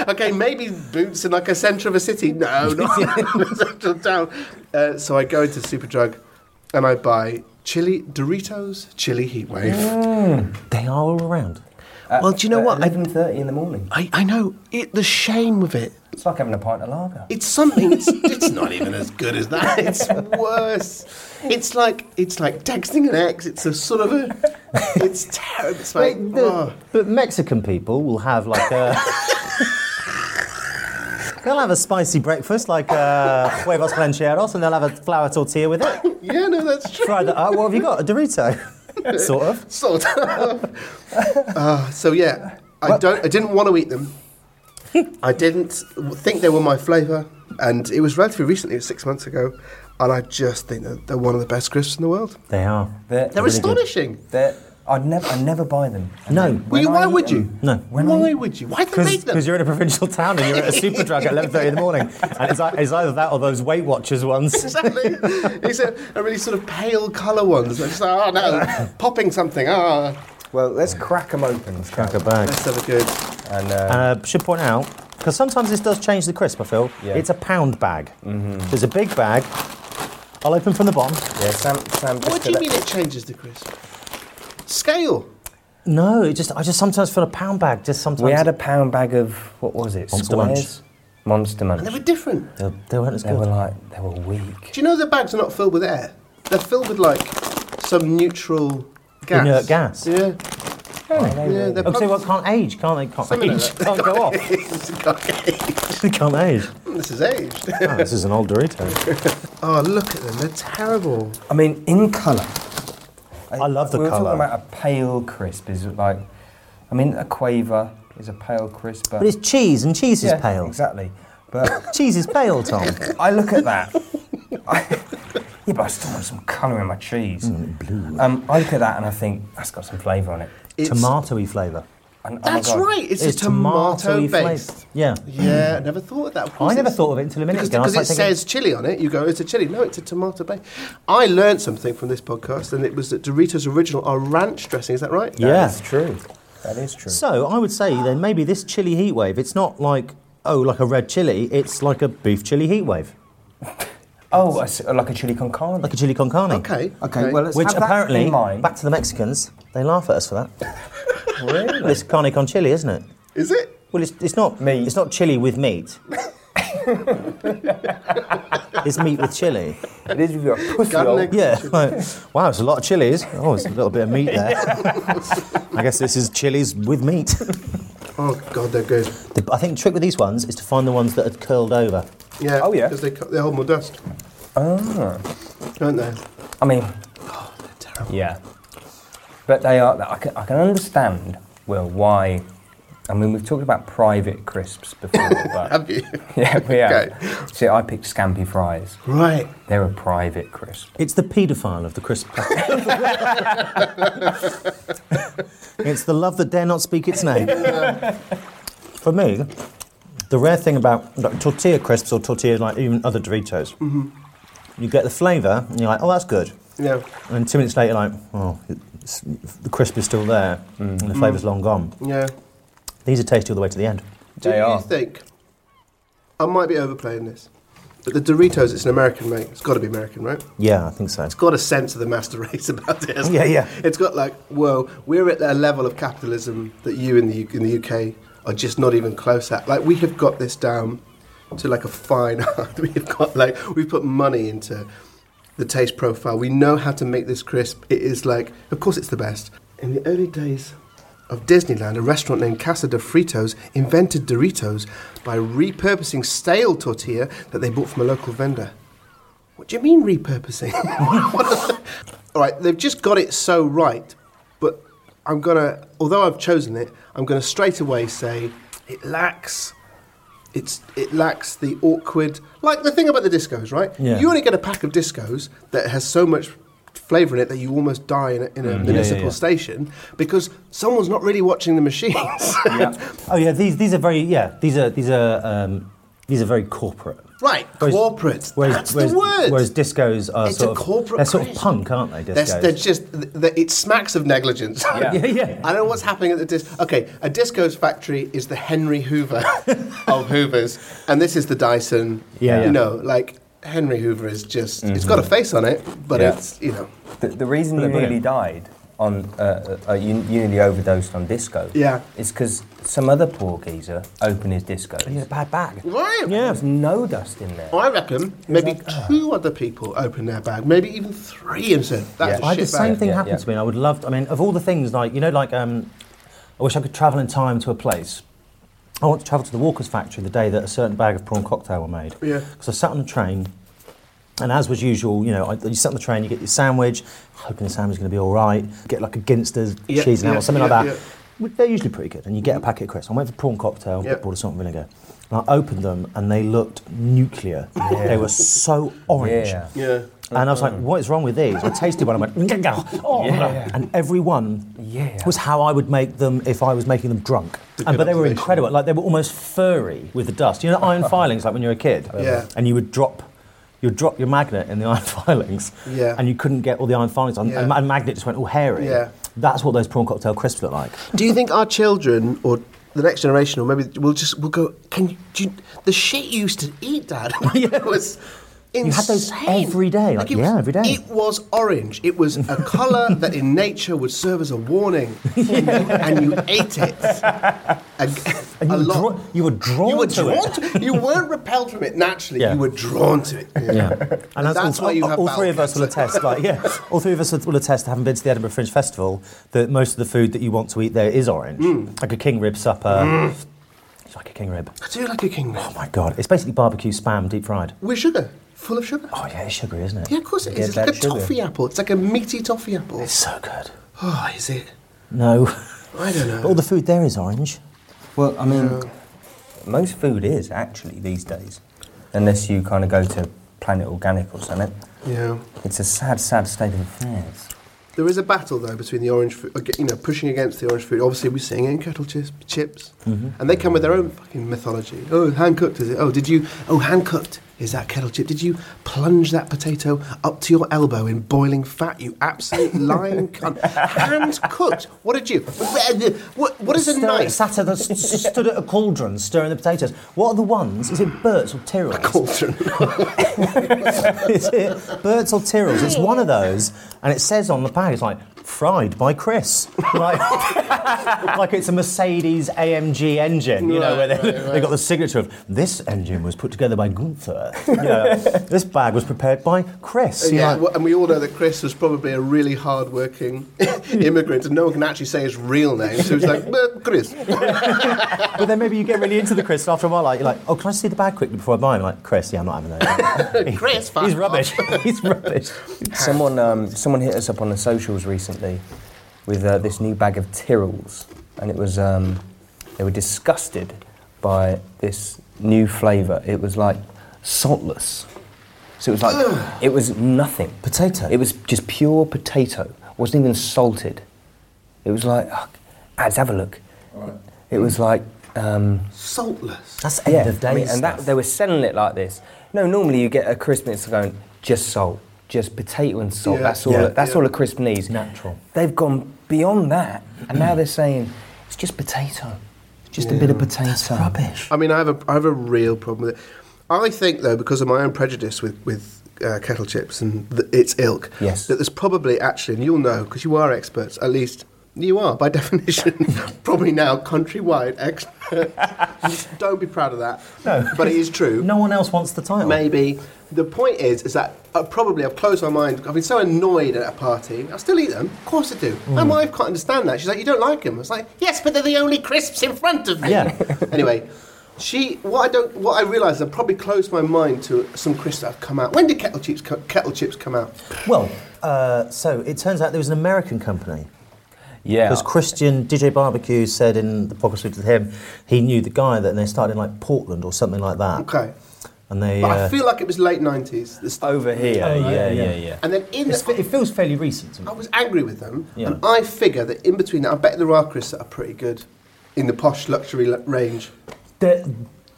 Speaker 5: okay, maybe boots in like a centre of a city. No, not in a central town. Uh, so I go into Superdrug and I buy chili Doritos, chili heatwave.
Speaker 3: They are all around.
Speaker 5: Well, do you know what? I-
Speaker 4: Eleven thirty in the morning.
Speaker 5: I, I know it, the shame of it.
Speaker 4: It's like having a pint of lager.
Speaker 5: It's something. It's, it's not even as good as that. It's worse. It's like it's like texting an ex. It's a sort of a. It's terrible. It's like
Speaker 3: But, the-
Speaker 5: oh.
Speaker 3: but Mexican people will have like a. They'll have a spicy breakfast like uh, huevos plancheros, and they'll have a flour tortilla with it.
Speaker 5: yeah, no, that's true.
Speaker 3: Fry that up. What have you got? A Dorito, sort of.
Speaker 5: sort of. uh, so yeah, I don't. I didn't want to eat them. I didn't think they were my flavour, and it was relatively recently, it was six months ago, and I just think that they're one of the best crisps in the world.
Speaker 3: They are.
Speaker 4: They're,
Speaker 5: They're
Speaker 4: really good.
Speaker 5: astonishing.
Speaker 4: They're, I'd never, I never buy them. And
Speaker 3: No.
Speaker 4: then
Speaker 5: Well, you-
Speaker 4: when
Speaker 5: why
Speaker 4: I eat
Speaker 5: would
Speaker 4: them-
Speaker 5: you?
Speaker 3: No.
Speaker 4: When I
Speaker 5: Why
Speaker 4: eat
Speaker 5: would you? Why do they make them?
Speaker 3: Because you're in a provincial town and you're at a super drug at 11.30 in the morning. And it's, like, it's either that or those Weight Watchers ones.
Speaker 5: Exactly. It's a, a really sort of pale colour ones. It's like, oh no, popping something. Ah,
Speaker 4: Well, let's crack them open. Crack
Speaker 3: A bag.
Speaker 5: let's have a good.
Speaker 4: And uh,
Speaker 3: Uh, should point out, because sometimes this does change the crisp, I feel.
Speaker 4: Yeah.
Speaker 3: It's a pound bag.
Speaker 5: Mm-hmm.
Speaker 3: So it's a big bag. I'll open from the bottom.
Speaker 4: yeah, Sam, Sam. just
Speaker 5: What do you
Speaker 4: to
Speaker 5: mean
Speaker 4: let-
Speaker 5: it changes the crisp? Scale.
Speaker 3: No, it just I just sometimes feel a pound bag just sometimes.
Speaker 4: We had a pound bag of what was it?
Speaker 3: Monster Munch.
Speaker 4: squares. Monster Munch.
Speaker 5: They were different.
Speaker 3: They, they weren't as
Speaker 4: They
Speaker 3: good.
Speaker 4: were like they were weak.
Speaker 5: Do you know the bags are not filled with air? They're filled with like some neutral gas.
Speaker 3: Inert gas.
Speaker 5: Yeah. Yeah,
Speaker 4: Really?
Speaker 5: they're
Speaker 3: Oh, so
Speaker 5: plugged-
Speaker 3: what can't age, can't they? Can't
Speaker 5: Something like
Speaker 3: age.
Speaker 5: that.
Speaker 3: can't go off.
Speaker 5: It's got age.
Speaker 3: They can't age.
Speaker 5: this is aged.
Speaker 3: Oh, this is an old Dorito.
Speaker 5: Oh, look at them. They're terrible.
Speaker 3: Oh
Speaker 4: I mean, in colour.
Speaker 3: I love the
Speaker 4: we were
Speaker 3: colour.
Speaker 4: talking about a pale crisp. Is like, I mean, a quaver is a pale crisp, but,
Speaker 3: But it's cheese, and cheese
Speaker 4: Yeah,
Speaker 3: is pale.
Speaker 4: Exactly. But
Speaker 3: Cheese is pale, Tom.
Speaker 4: I look at that. I, yeah, but I still want some colour in my cheese. blue. Um, I look at that and I think that's got some flavour on it.
Speaker 5: It's,
Speaker 3: Tomatoey flavour.
Speaker 4: And, oh my
Speaker 5: That's
Speaker 4: God.
Speaker 5: right. It's, a
Speaker 3: tomatoey
Speaker 5: tomato based.
Speaker 3: flavour. Yeah.
Speaker 5: Yeah, I never thought of that. Of course
Speaker 3: I never
Speaker 5: it's-
Speaker 3: thought of it until a minute
Speaker 5: Because,
Speaker 3: ago. I was
Speaker 5: because it
Speaker 3: like thinking-
Speaker 5: says chili on it, you go, it's a chili. No, it's a tomato base. I learned something from this podcast, and it was that Doritos original are ranch dressing. Is that right?
Speaker 3: Yeah.
Speaker 4: That's true. That is true.
Speaker 3: So I would say then maybe this chili heat wave, it's not like, oh, like a red chili, it's like a beef chili heat wave,
Speaker 4: oh, I s- like a chili con carne.
Speaker 3: like a chili con carne.
Speaker 5: Okay.
Speaker 4: okay, well, let's
Speaker 3: Which
Speaker 4: have that
Speaker 3: apparently,
Speaker 4: in mind.
Speaker 3: back to the Mexicans, they laugh at us for that.
Speaker 4: Really?
Speaker 3: it's carne con chili, isn't it?
Speaker 5: Is it?
Speaker 3: Well, it's, it's not
Speaker 4: Meat.
Speaker 3: It's not chili with meat. it's meat with chili.
Speaker 4: It is with your pussy
Speaker 5: Garden
Speaker 4: hole.
Speaker 5: egg-
Speaker 3: Yeah. like, wow, it's a lot of chilies. Oh, it's a little bit of meat there. I guess this is chilies with meat.
Speaker 5: Oh, God, they're good.
Speaker 3: The, I think the trick with these ones is to find the ones that are curled over.
Speaker 5: Yeah.
Speaker 4: Oh, yeah.
Speaker 5: Because they, co- they hold more dust,
Speaker 4: Ah.
Speaker 5: don't they?
Speaker 4: I mean, yeah. But they are. I can, I can understand. Well, why? I mean, we've talked about private crisps before, but
Speaker 5: Have you?
Speaker 4: yeah, we have.
Speaker 5: Okay.
Speaker 4: See, I picked scampi fries.
Speaker 5: Right.
Speaker 4: They're a private crisp.
Speaker 3: It's the paedophile of the crisp. it's the love that dare not speak its name. For me, the rare thing about like, tortilla crisps or tortilla, like even other Doritos, you get the flavour and you're like, oh, that's good.
Speaker 5: Yeah.
Speaker 3: And then two minutes later, you're like, oh, it's, the crisp is still there and the flavour's long gone.
Speaker 5: Yeah.
Speaker 3: These are tasty all the way to the end.
Speaker 5: Do
Speaker 4: They
Speaker 5: you
Speaker 4: are.
Speaker 5: think I might be overplaying this? But the Doritos, it's an American make. It's got to be American, right?
Speaker 3: Yeah, I think so.
Speaker 5: It's got a sense of the master race about it. hasn't
Speaker 3: Yeah,
Speaker 5: it?
Speaker 3: yeah.
Speaker 5: It's got like, whoa, we're at a level of capitalism that you in the U- in the UK are just not even close at. Like we have got this down to like a fine art. We've got like we've put money into the taste profile. We know how to make this crisp. It is like, of course, it's the best. In the early days of Disneyland, a restaurant named Casa de Fritos invented Doritos by repurposing stale tortilla that they bought from a local vendor. What do you mean repurposing? What are they- All right, they've just got it so right I'm gonna, although I've chosen it, I'm gonna straight away say it lacks. It's it lacks the awkward, like the thing about the discos, right?
Speaker 3: Yeah.
Speaker 5: You only get a pack of discos that has so much flavour in it that you almost die in a, in a municipal
Speaker 3: Mm, yeah.
Speaker 5: station because someone's not really watching the machines.
Speaker 3: Oh yeah, these these are very yeah these are these are um, these are very corporate.
Speaker 5: right,
Speaker 3: Whereas-
Speaker 5: corporate. that's
Speaker 3: whereas,
Speaker 5: the word.
Speaker 3: Whereas discos are
Speaker 5: It's
Speaker 3: sort
Speaker 5: a
Speaker 3: of
Speaker 5: corporate
Speaker 3: They're sort of
Speaker 5: craze.
Speaker 3: punk, aren't they?
Speaker 5: That's,
Speaker 3: Discos.
Speaker 5: they're just th th it smacks of negligence.
Speaker 4: Yeah. Yeah,
Speaker 3: yeah.
Speaker 5: I don't know what's happening at the disco. Okay, a disco's factory is the Henry Hoover of Hoovers, and this is the Dyson.
Speaker 3: Yeah, Mhm.
Speaker 5: you
Speaker 3: yeah.
Speaker 5: know, like Henry Hoover is just. It's got a face on it, but
Speaker 4: Yeah.
Speaker 5: it's you know.
Speaker 4: The, the reason you
Speaker 3: they're
Speaker 4: nearly
Speaker 3: brilliant.
Speaker 4: died on, uh, uh, you, you nearly overdosed on disco.
Speaker 5: Yeah.
Speaker 4: Is because some other poor geezer opened his disco. He had a bad bag.
Speaker 5: Right.
Speaker 4: There was no dust in there.
Speaker 5: I reckon maybe
Speaker 3: uh,
Speaker 5: two other people opened their bag, maybe even three, and said, "That's
Speaker 4: Yeah.
Speaker 5: a
Speaker 3: I
Speaker 5: shit
Speaker 3: had the same
Speaker 5: bag."
Speaker 3: thing
Speaker 4: Yeah,
Speaker 3: happen
Speaker 4: yeah.
Speaker 3: to me, and I would love. To, I mean, of all the things, like you know, like um, I wish I could travel in time to a place. I want to travel to the Walker's factory the day that a certain bag of prawn cocktail were made.
Speaker 5: Yeah.
Speaker 3: Because I sat on the train, and as was usual, you know, I, you sat on the train, you get your sandwich, hoping the sandwich is going to be all right. Get like a Ginster's
Speaker 5: Yeah,
Speaker 3: cheese and ham
Speaker 5: yeah,
Speaker 3: or something
Speaker 5: yeah,
Speaker 3: like that.
Speaker 5: yeah.
Speaker 3: Well, They're usually pretty good, and you get a packet of crisps. I went for prawn cocktail,
Speaker 5: Mm-hmm. Yeah.
Speaker 3: bought a salt and vinegar. And I opened them, and they looked nuclear. They were so orange.
Speaker 4: Yeah.
Speaker 5: Yeah. Mm-hmm.
Speaker 3: And I was like, what is wrong with these? I tasted one and went, "Nyah-nyah." oh.
Speaker 4: Yeah.
Speaker 3: and every one
Speaker 4: Yeah.
Speaker 3: was how I would make them if I was making them drunk. And, but they were
Speaker 5: observation.
Speaker 3: incredible. Like they were almost furry with the dust. You know, iron filings, like when you were a kid?
Speaker 5: Yeah.
Speaker 3: And you would drop. You would drop your magnet in the iron filings,
Speaker 5: Yeah.
Speaker 3: and you couldn't get all the iron filings on,
Speaker 5: Yeah.
Speaker 3: and, ma- and magnet just went all hairy.
Speaker 5: Yeah.
Speaker 3: That's what those prawn cocktail crisps look like.
Speaker 5: Do you think our children or the next generation, or maybe we'll just we'll go? Can you, do you the shit you used to eat, Dad? yeah, was insane.
Speaker 3: had those every day, like,
Speaker 5: it
Speaker 3: yeah,
Speaker 5: was,
Speaker 3: every day.
Speaker 5: It was orange. It was a colour that in nature would serve as a warning, and you ate it. A,
Speaker 3: And
Speaker 5: a
Speaker 3: you, were
Speaker 5: lot.
Speaker 3: drawn- you were drawn
Speaker 5: you were
Speaker 3: to
Speaker 5: drawn
Speaker 3: it.
Speaker 5: to You weren't repelled from it naturally.
Speaker 3: Yeah.
Speaker 5: You were drawn to it.
Speaker 3: Yeah,
Speaker 5: And
Speaker 3: and that's,
Speaker 5: that's
Speaker 3: all,
Speaker 5: why you
Speaker 3: all-
Speaker 5: have
Speaker 3: all
Speaker 5: bowel
Speaker 3: three of us will
Speaker 5: cancer.
Speaker 3: attest. Like, yeah, all three of us will attest, having been to the Edinburgh Fringe Festival, that most of the food that you want to eat there is orange,
Speaker 5: Mm.
Speaker 3: like a king rib supper. It's like a king rib.
Speaker 5: I do like a king
Speaker 3: Oh my god, it's basically barbecue spam deep fried.
Speaker 5: with sugar, full of sugar.
Speaker 3: Oh yeah, it's sugary, isn't it?
Speaker 5: Yeah, of course it
Speaker 4: Yeah,
Speaker 5: is. It's like a
Speaker 4: that sugar.
Speaker 5: toffee apple. It's like a meaty toffee apple.
Speaker 3: It's so good.
Speaker 5: Oh, is it?
Speaker 3: No,
Speaker 5: I don't know.
Speaker 3: but all the food there is orange.
Speaker 4: Well, I mean, most food is actually these days, unless you kind of go to Planet Organic or something.
Speaker 5: yeah.
Speaker 4: It's a sad, sad state of affairs.
Speaker 5: There is a battle though between the orange food, you know, pushing against the orange food. Obviously, we're seeing it in kettle chips, chips, and they come with their own fucking mythology. Oh, hand cooked is it? Oh, did you? Oh, hand cooked is that kettle chip? Did you plunge that potato up to your elbow in boiling fat? You absolute lying cunt! Hand cooked. What did you? What? What is a
Speaker 3: Stir-
Speaker 5: knife?
Speaker 3: Sat at a, stood at a cauldron stirring the potatoes. What are the ones? Is it Burt's or Tyrrell's?
Speaker 5: Cauldron.
Speaker 3: Is it Burt's or Tyrrell's? It's one of those, and it says on the bag, it's like, fried by Chris. Like, like it's a Mercedes AMG engine, you know, where they, they got the signature of, this engine was put together by Gunther. You know, this bag was prepared by Chris. You're
Speaker 5: Uh, Yeah,
Speaker 3: like,
Speaker 5: well, and we all know that Chris was probably a really hard-working immigrant, and no one can actually say his real name. So he's like, "Uh, Chris.
Speaker 3: but then maybe you get really into the Chris and after a while, like, you're like, oh, can I see the bag quickly before I buy it? I'm like, Chris, yeah, I'm not having that.
Speaker 5: Chris, fuck
Speaker 3: He's
Speaker 5: off.
Speaker 3: rubbish. He's rubbish.
Speaker 4: Someone, um, someone hit us up on the socials recently with uh, this new bag of Tyrrells, and it was um, they were disgusted by this new flavour. It was like saltless, so it was like it was nothing.
Speaker 3: Potato.
Speaker 4: It was just pure potato. wasn't even salted. It was like, oh, ads, have a look. It was like, um,
Speaker 5: Saltless.
Speaker 3: That's end
Speaker 4: yeah,
Speaker 3: of day
Speaker 4: I mean, and
Speaker 3: stuff.
Speaker 4: that they were selling it like this. No, normally you get a crisp and it's going just salt, just potato and salt.
Speaker 5: Yeah.
Speaker 4: That's all.
Speaker 3: Yeah.
Speaker 4: That's
Speaker 5: Yeah.
Speaker 4: all a crisp needs.
Speaker 3: Natural.
Speaker 4: They've gone beyond that, and now they're saying it's just potato, It's just a bit of potato.
Speaker 3: rubbish.
Speaker 5: I mean, I have a I have a real problem with it. I think though, because of my own prejudice with with uh, kettle chips and th- its ilk,
Speaker 4: Yes.
Speaker 5: that there's probably actually, and you'll know because you are experts, at least. You are, by definition, probably now countrywide experts. Don't be proud of that. No. But it is true.
Speaker 3: No one else wants the title.
Speaker 5: Maybe. The point is, is that I probably I've closed my mind. I've been so annoyed at a party. I still eat them. Of course I do.
Speaker 3: Mm.
Speaker 5: My wife can't understand that. She's like, you don't like them. I was like, yes, but they're the only crisps in front of me.
Speaker 3: Yeah.
Speaker 5: anyway, she. What I don't. What I realised, I probably closed my mind to some crisps that have come out. When did kettle chips co- kettle chips come out?
Speaker 3: Well, uh, so it turns out there was an American company
Speaker 4: Yeah.
Speaker 5: Oh.
Speaker 3: Because Christian DJ Barbecue said in the podcast we did with him, he knew the guy that and they started in like Portland or something like that.
Speaker 5: Okay.
Speaker 3: And they.
Speaker 5: But
Speaker 3: uh,
Speaker 5: I feel like it was late 90s. this-
Speaker 4: Over here,
Speaker 3: Oh,
Speaker 4: yeah,
Speaker 3: yeah,
Speaker 4: yeah,
Speaker 3: yeah.
Speaker 4: yeah.
Speaker 5: And then in
Speaker 4: It's-
Speaker 5: the,
Speaker 4: it feels fairly recent to me.
Speaker 5: I was angry with them,
Speaker 3: Yeah.
Speaker 5: and I figure that in between that, I bet there are Chris that are pretty good in the posh luxury l- range.
Speaker 3: There,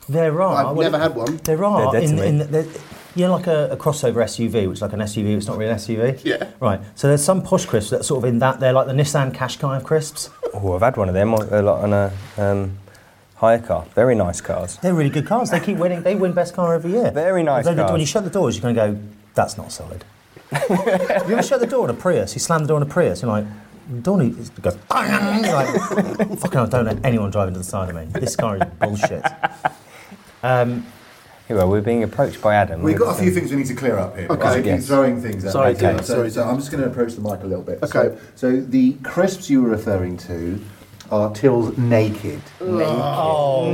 Speaker 3: there are.
Speaker 5: I've
Speaker 3: I wouldn't-
Speaker 5: never had one.
Speaker 3: There are.
Speaker 4: They're dead
Speaker 3: In,
Speaker 4: to
Speaker 3: in,
Speaker 4: me.
Speaker 3: there- you know, like a, a crossover SUV, which is like an SUV, it's not really an SUV.
Speaker 5: Yeah.
Speaker 3: Right. So there's some posh crisps that sort of in that. They're like the Nissan Qashqai of crisps.
Speaker 4: Oh, I've had one of them on, a lot on a um, hire car. Very nice cars.
Speaker 3: They're really good cars. They keep winning. They win best car every year.
Speaker 4: Very nice
Speaker 3: They-
Speaker 4: cars.
Speaker 3: When you shut the doors, you're going to go, that's not solid. you ever shut the door on a Prius? You slam the door on a Prius. You're like, don't need, it goes, bang! You're like, fucking hell, I don't let anyone driving to the side of me. This car is bullshit.
Speaker 4: Anyway, Um, we're being approached by Adam.
Speaker 7: We've got a few
Speaker 4: Some-
Speaker 7: things we need to clear up here.
Speaker 5: Okay.
Speaker 7: You keep
Speaker 4: Yes.
Speaker 7: throwing things at
Speaker 5: Sorry,
Speaker 7: me. Okay.
Speaker 5: Dylan,
Speaker 7: So,
Speaker 5: sorry,
Speaker 7: so
Speaker 5: Dylan.
Speaker 7: I'm just going to approach the mic a little bit.
Speaker 5: Okay.
Speaker 7: So, so the crisps you were referring to are Till's Naked.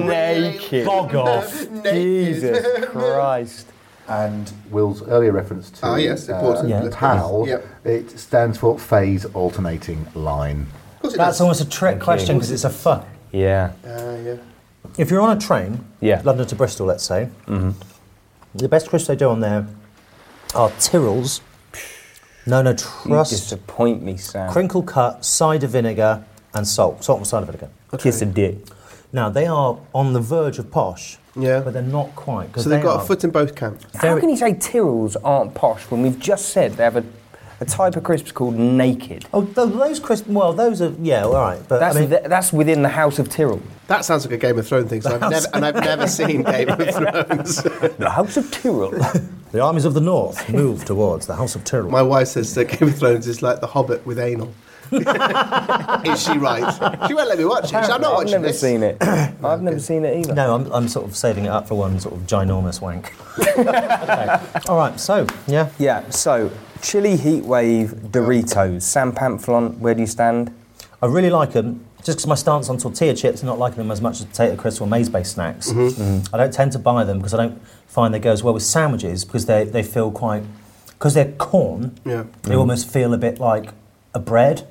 Speaker 4: Naked.
Speaker 3: Bog off.
Speaker 4: Jesus Christ.
Speaker 7: And Will's earlier reference to uh,
Speaker 5: Ah, yes, important. Yeah.
Speaker 7: towel,
Speaker 5: Yep.
Speaker 7: it stands for phase alternating line.
Speaker 5: Of course it
Speaker 3: That's
Speaker 5: does.
Speaker 3: almost a trick
Speaker 4: you.
Speaker 3: question because it's a fuck.
Speaker 4: Yeah.
Speaker 5: Ah, yeah.
Speaker 3: If you're on a train,
Speaker 4: Yeah.
Speaker 3: London to Bristol, let's say, the best crisps they do on there are Tyrrell's. No, no,
Speaker 4: You
Speaker 3: trust.
Speaker 4: disappoint me, Sam.
Speaker 3: Crinkle cut, cider vinegar, and salt. Salt and cider vinegar.
Speaker 4: Kiss a dick.
Speaker 3: Now, they are on the verge of posh,
Speaker 5: Yeah.
Speaker 3: but they're not quite. 'cause
Speaker 5: So they've
Speaker 3: they
Speaker 5: got
Speaker 3: are
Speaker 5: a foot in both camps.
Speaker 4: How can you say Tyrrells aren't posh when we've just said they have a, a type of crisps called Naked?
Speaker 3: Oh, tho- those crisps, well, those are, yeah, all right. But
Speaker 4: That's,
Speaker 3: I mean,
Speaker 4: th- that's within the House of Tyrrell.
Speaker 5: That sounds like a Game of Thrones thing, so I've never, and I've never seen Game of Thrones.
Speaker 4: The House of Tyrrell?
Speaker 3: the armies of the north move towards the House of Tyrrell.
Speaker 5: My wife says that Game of Thrones is like The Hobbit with anal. is she right? She won't let me watch it. She's, I'm not
Speaker 4: I've
Speaker 5: watching
Speaker 4: never
Speaker 5: this.
Speaker 4: seen it. I've never seen it either.
Speaker 3: no, I'm, I'm sort of saving it up for one sort of ginormous wank. Okay. All right, so, yeah.
Speaker 4: Yeah, so chili heat wave Doritos. Sam Pamphilon, where do you stand?
Speaker 3: I really like them just because my stance on tortilla chips and not liking them as much as potato crisps or maize based snacks.
Speaker 4: Mm-hmm.
Speaker 3: I don't tend to buy them because I don't find they go as well with sandwiches because they, they feel quite, because they're corn,
Speaker 5: Yeah.
Speaker 3: they almost feel a bit like a bread.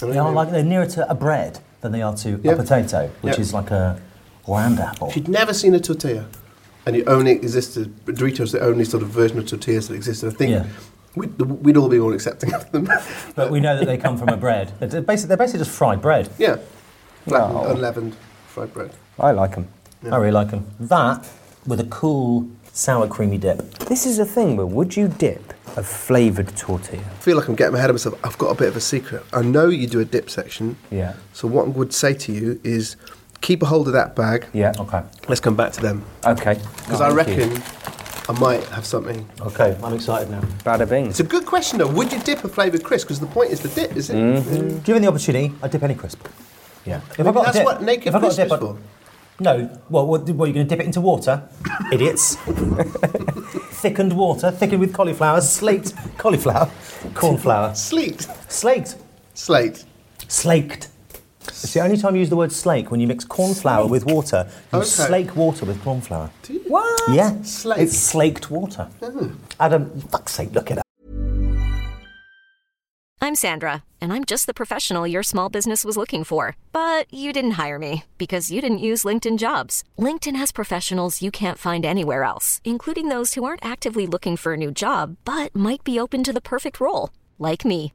Speaker 3: They are like, they're nearer to a bread than they are to
Speaker 5: Yeah.
Speaker 3: a potato, which
Speaker 5: Yeah.
Speaker 3: is like a land apple.
Speaker 5: If you'd never seen a tortilla, and it only existed, Doritos, the only sort of version of tortillas that existed, I think
Speaker 3: Yeah.
Speaker 5: we'd, we'd all be all accepting of them.
Speaker 3: But we know that they come from a bread. They're basically, they're basically just fried bread.
Speaker 5: yeah. Black,
Speaker 4: No.
Speaker 5: Unleavened fried bread.
Speaker 4: I like them.
Speaker 3: I really like them. That with a cool sour creamy dip.
Speaker 4: This is a thing, Will. Would you dip a flavoured tortilla?
Speaker 5: I feel like I'm getting ahead of myself. I've got a bit of a secret. I know you do a dip section.
Speaker 4: Yeah.
Speaker 5: So what I would say to you is keep a hold of that bag.
Speaker 4: Yeah.
Speaker 3: Okay.
Speaker 5: Let's come back to them.
Speaker 4: Okay.
Speaker 5: Because I
Speaker 4: Ah, Thank you.
Speaker 5: reckon I might have something.
Speaker 3: Oh, Okay, I'm excited now.
Speaker 4: Bada bing.
Speaker 5: It's a good question though. Would you dip a flavoured crisp? Because the point is the dip, is it?
Speaker 4: Mm-hmm.
Speaker 3: Given the opportunity, I'd dip any crisp.
Speaker 4: Yeah.
Speaker 3: If I've
Speaker 5: Maybe
Speaker 3: got a
Speaker 5: that's
Speaker 3: dip-
Speaker 5: what naked
Speaker 3: if I've got a
Speaker 5: crisp
Speaker 3: dip,
Speaker 5: is
Speaker 3: I'd-
Speaker 5: for.
Speaker 3: No, well, what, what are you going to dip it into water? Idiots. Thickened water, thickened with cauliflower, slaked cauliflower, cornflour,
Speaker 5: Slate.
Speaker 3: slaked,
Speaker 5: Slate.
Speaker 3: slaked. It's the only time you use the word slake when you mix cornflour with water. You
Speaker 5: Okay.
Speaker 3: slake water with cornflour.
Speaker 5: What?
Speaker 3: Yeah,
Speaker 5: Slake.
Speaker 3: It's slaked water.
Speaker 5: Mm.
Speaker 3: Adam, fuck's sake, look it up.
Speaker 1: I'm Sandra, and I'm just the professional your small business was looking for. But you didn't hire me because you didn't use LinkedIn jobs. LinkedIn has professionals you can't find anywhere else, including those who aren't actively looking for a new job but might be open to the perfect role, like me.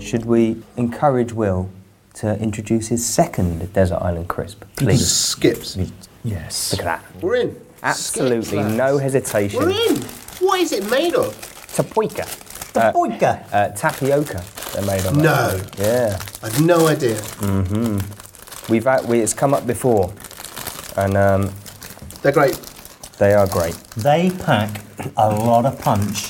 Speaker 4: Should we encourage Will to introduce his second Desert Island Crisp, please?
Speaker 5: Skips.
Speaker 4: Yes. Look at that.
Speaker 5: We're in.
Speaker 4: Absolutely
Speaker 5: Skips,
Speaker 4: no
Speaker 5: lads.
Speaker 4: hesitation.
Speaker 5: We're in. What is it made of?
Speaker 4: Tapoika. Tapoika. Uh, tapioca. They're made of.
Speaker 5: No.
Speaker 4: Yeah.
Speaker 5: I've no idea.
Speaker 4: hmm We've had, we, it's come up before, and um,
Speaker 5: They're great.
Speaker 4: they are great.
Speaker 3: They pack a lot of punch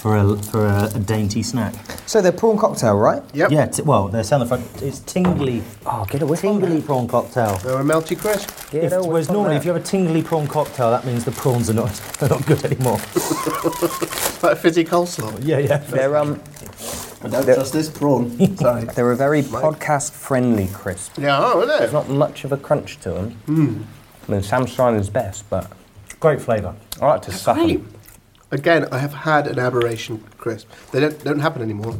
Speaker 3: for a, for a, a dainty snack.
Speaker 4: So they're prawn cocktail, right?
Speaker 5: Yep.
Speaker 3: Yeah, t- well, they sound the front. It's tingly.
Speaker 4: Oh, get away from
Speaker 3: Tingly prawn cocktail.
Speaker 5: They're a melty crisp.
Speaker 4: Get
Speaker 3: If-
Speaker 4: away
Speaker 3: whereas
Speaker 4: from
Speaker 3: normally,
Speaker 4: that.
Speaker 3: if you have a tingly prawn cocktail, that means the prawns are not they're not good anymore.
Speaker 5: Like fizzy coleslaw.
Speaker 3: yeah, yeah.
Speaker 4: They're um,
Speaker 7: I don't trust this prawn. Sorry.
Speaker 4: they're a very podcast-friendly crisp.
Speaker 5: Yeah, oh, isn't
Speaker 4: There's
Speaker 5: it?
Speaker 4: not much of a crunch to them. Mm.
Speaker 5: Hmm.
Speaker 4: I mean, Sam's trying his best, but
Speaker 3: Great flavour.
Speaker 4: I like to suck 'em.
Speaker 5: Great. Again, I have had an aberration crisp. They don't, don't happen anymore.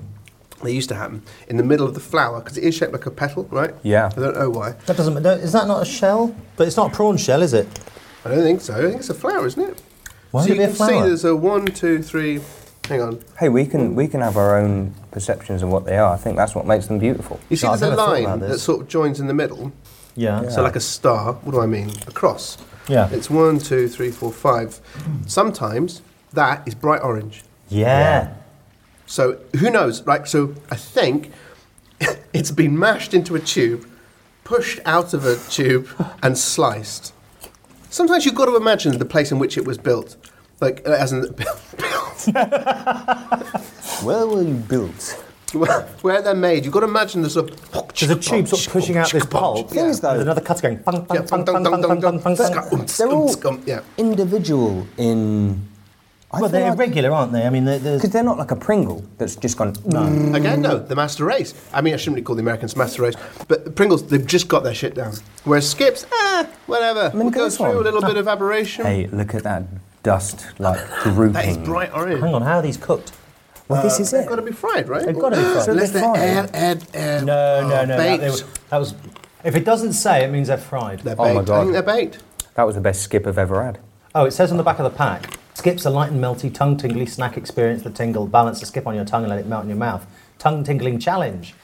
Speaker 5: They used to happen in the middle of the flower because it is shaped like a petal, right?
Speaker 4: Yeah.
Speaker 5: I don't know why.
Speaker 3: That doesn't. don't- Is that not a shell? But it's not a prawn shell, is it?
Speaker 5: I don't think so. I think it's a flower, isn't it?
Speaker 3: Why
Speaker 5: so
Speaker 3: would
Speaker 5: you
Speaker 3: it be
Speaker 5: can
Speaker 3: a
Speaker 5: see
Speaker 3: flower?
Speaker 5: there's a one, two, three. Hang on.
Speaker 4: Hey, we can we can have our own perceptions of what they are. I think that's what makes them beautiful.
Speaker 5: You see,
Speaker 3: No, I've
Speaker 5: there's a
Speaker 3: never thought about
Speaker 5: line that
Speaker 3: this.
Speaker 5: sort of joins in the middle.
Speaker 3: Yeah.
Speaker 5: So, like a star. What do I mean? A cross.
Speaker 3: Yeah.
Speaker 5: It's one, two, three, four, five. Sometimes that is bright orange.
Speaker 3: yeah.
Speaker 5: So who knows? Like, so I think it's been mashed into a tube, pushed out of a tube, and sliced. Sometimes you've got to imagine the place in which it was built, like uh, as in built.
Speaker 4: Where were you built?
Speaker 5: Where- Where they're made, you've got to imagine there's a
Speaker 3: There's a tube sort of pushing out this pulp.
Speaker 4: Thing is, though-
Speaker 3: There's another cutter going. Bang, bang,
Speaker 5: Yeah,
Speaker 3: bang,
Speaker 5: dun,
Speaker 3: bang,
Speaker 5: dun, dun,
Speaker 3: bang, bang,
Speaker 5: dun, dun,
Speaker 3: bang, bang,
Speaker 5: ska, um,
Speaker 4: They're
Speaker 5: um,
Speaker 4: all
Speaker 5: scum, yeah.
Speaker 4: individual in. I
Speaker 3: Well,
Speaker 4: feel
Speaker 3: they're
Speaker 4: like-
Speaker 3: irregular, aren't they? I mean, they're, they're,
Speaker 4: Because they're not like a Pringle that's just gone. No.
Speaker 5: Again,
Speaker 3: Mm.
Speaker 5: no, the master race. I mean, I shouldn't really call the Americans master race, but Pringles, they've just got their shit down. Whereas Skips, eh, whatever.
Speaker 4: look
Speaker 5: We'll
Speaker 4: at
Speaker 5: go
Speaker 4: this
Speaker 5: through
Speaker 4: one.
Speaker 5: a
Speaker 3: Ah.
Speaker 5: little bit of aberration.
Speaker 4: Hey, look at that dust like drooping.
Speaker 5: That is bright orange.
Speaker 3: hang on, how are these cooked?
Speaker 4: Well, this is
Speaker 5: They've
Speaker 4: it.
Speaker 5: got to be fried, right?
Speaker 3: They've gotta be fried. So
Speaker 5: Unless
Speaker 4: they're
Speaker 5: they're air,
Speaker 4: fried.
Speaker 5: air, air.
Speaker 3: Uh, No,
Speaker 5: oh,
Speaker 3: no, no. That,
Speaker 5: Baked.
Speaker 3: they were- that was. If it doesn't say, it means they're fried.
Speaker 5: They're baked.
Speaker 4: Oh my God.
Speaker 5: I think they're baked.
Speaker 4: That was the best skip I've ever had.
Speaker 3: Oh, it says on the back of the pack. Skips a light and melty, tongue tingly snack experience. The tingle, balance the skip on your tongue and let it melt in your mouth. Tongue tingling challenge.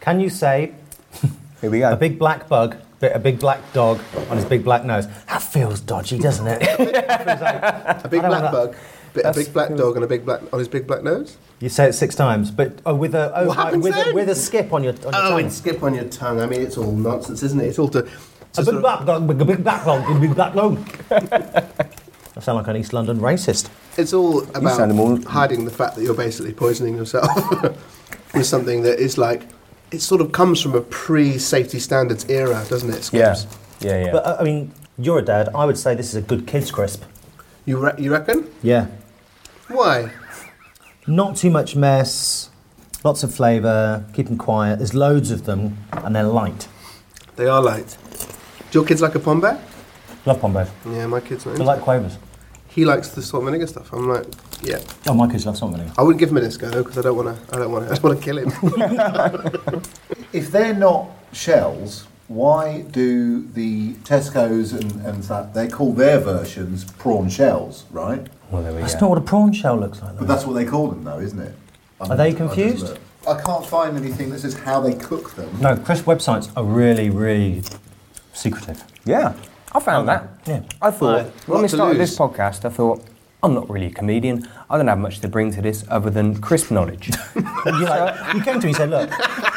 Speaker 3: Can you say
Speaker 4: Here we go.
Speaker 3: a big black bug bit a big black dog on his big black nose? That feels dodgy, doesn't it?
Speaker 5: A big
Speaker 3: I don't
Speaker 5: black
Speaker 3: know.
Speaker 5: bug, bit, a big black dog, and a big black on his big black nose.
Speaker 3: you say it six times, but oh, with a oh,
Speaker 5: What
Speaker 3: right,
Speaker 5: happens
Speaker 3: with, a,
Speaker 5: then?
Speaker 3: with a skip on your, on your
Speaker 5: Oh,
Speaker 3: tongue.
Speaker 5: and skip on your tongue. I mean, it's all nonsense, isn't it? It's all to.
Speaker 3: A big black dog, a big black dog, a big black dog. I sound like an East London racist.
Speaker 5: It's all about
Speaker 4: sound more-
Speaker 5: hiding the fact that you're basically poisoning yourself with something that is like. It sort of comes from a pre-safety standards era, doesn't it? Skips?
Speaker 4: yeah. Yeah, yeah.
Speaker 3: But uh, I mean, you're a dad. I would say this is a good kids crisp.
Speaker 5: You re- you reckon?
Speaker 3: Yeah.
Speaker 5: Why?
Speaker 3: Not too much mess, lots of flavour, keep them quiet. There's loads of them, and they're light.
Speaker 5: They are light. Do your kids like a pombe?
Speaker 3: Love Pombo.
Speaker 5: Yeah, my kids not
Speaker 3: They
Speaker 5: into
Speaker 3: like
Speaker 5: it.
Speaker 3: quavers.
Speaker 5: He likes the salt and vinegar stuff. I'm like, yeah.
Speaker 3: Oh, my kids love something.
Speaker 5: I wouldn't give him a disco though because I don't want to. I don't want to. I just want to kill him.
Speaker 7: If they're not shells, why do the Tesco's and, and that they call their versions prawn shells, right?
Speaker 4: well, there we
Speaker 3: That's
Speaker 4: go.
Speaker 3: not what a prawn shell looks like.
Speaker 7: But
Speaker 3: Though.
Speaker 7: that's what they call them, though, isn't it? I
Speaker 3: Are they
Speaker 7: I just
Speaker 3: confused?
Speaker 7: looked. I can't find anything that says how they cook them.
Speaker 3: No, crisp websites are really, really secretive.
Speaker 4: Yeah. I found that.
Speaker 3: Yeah.
Speaker 4: I thought,
Speaker 5: Lot
Speaker 4: when we
Speaker 5: to
Speaker 4: started
Speaker 5: lose.
Speaker 4: this podcast, I thought, I'm not really a comedian. I don't have much to bring to this other than crisp knowledge.
Speaker 3: You, like, you came to me and said, "Look,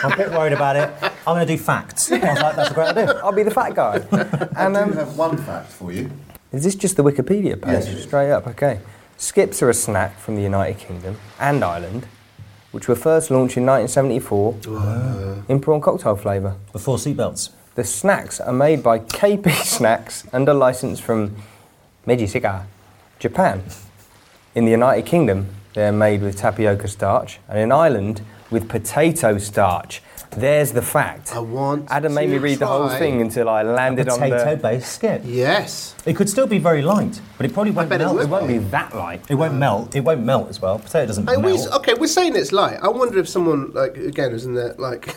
Speaker 3: I'm a bit worried about it. I'm going to do facts." I was like, "That's a great idea."
Speaker 4: I'll be the fat guy.
Speaker 7: I
Speaker 4: and
Speaker 7: do
Speaker 4: um,
Speaker 7: have one fact for you.
Speaker 4: Is this just the Wikipedia page?
Speaker 7: Yes, it is.
Speaker 4: Straight up, okay. Skips are a snack from the United Kingdom and Ireland, which were first launched in 1974 in prawn cocktail flavour.
Speaker 3: Before seatbelts.
Speaker 4: The snacks are made by KP Snacks under license from Meiji Cigar, Japan. In the United Kingdom, they're made with tapioca starch, and in Ireland, with potato starch. There's the fact.
Speaker 5: I want
Speaker 4: Adam made
Speaker 5: to
Speaker 4: me read the whole
Speaker 5: try-
Speaker 4: thing until I landed on the.
Speaker 3: Potato-based skip.
Speaker 5: Yes.
Speaker 3: It could still be very light, but it probably won't
Speaker 5: bet it
Speaker 3: melt.
Speaker 5: would
Speaker 3: It won't
Speaker 5: be.
Speaker 3: be that light. It won't melt. It won't melt as well. Potato doesn't
Speaker 5: I
Speaker 3: melt.
Speaker 5: always, okay, we're saying it's light. I wonder if someone, like, again, who's in their, like,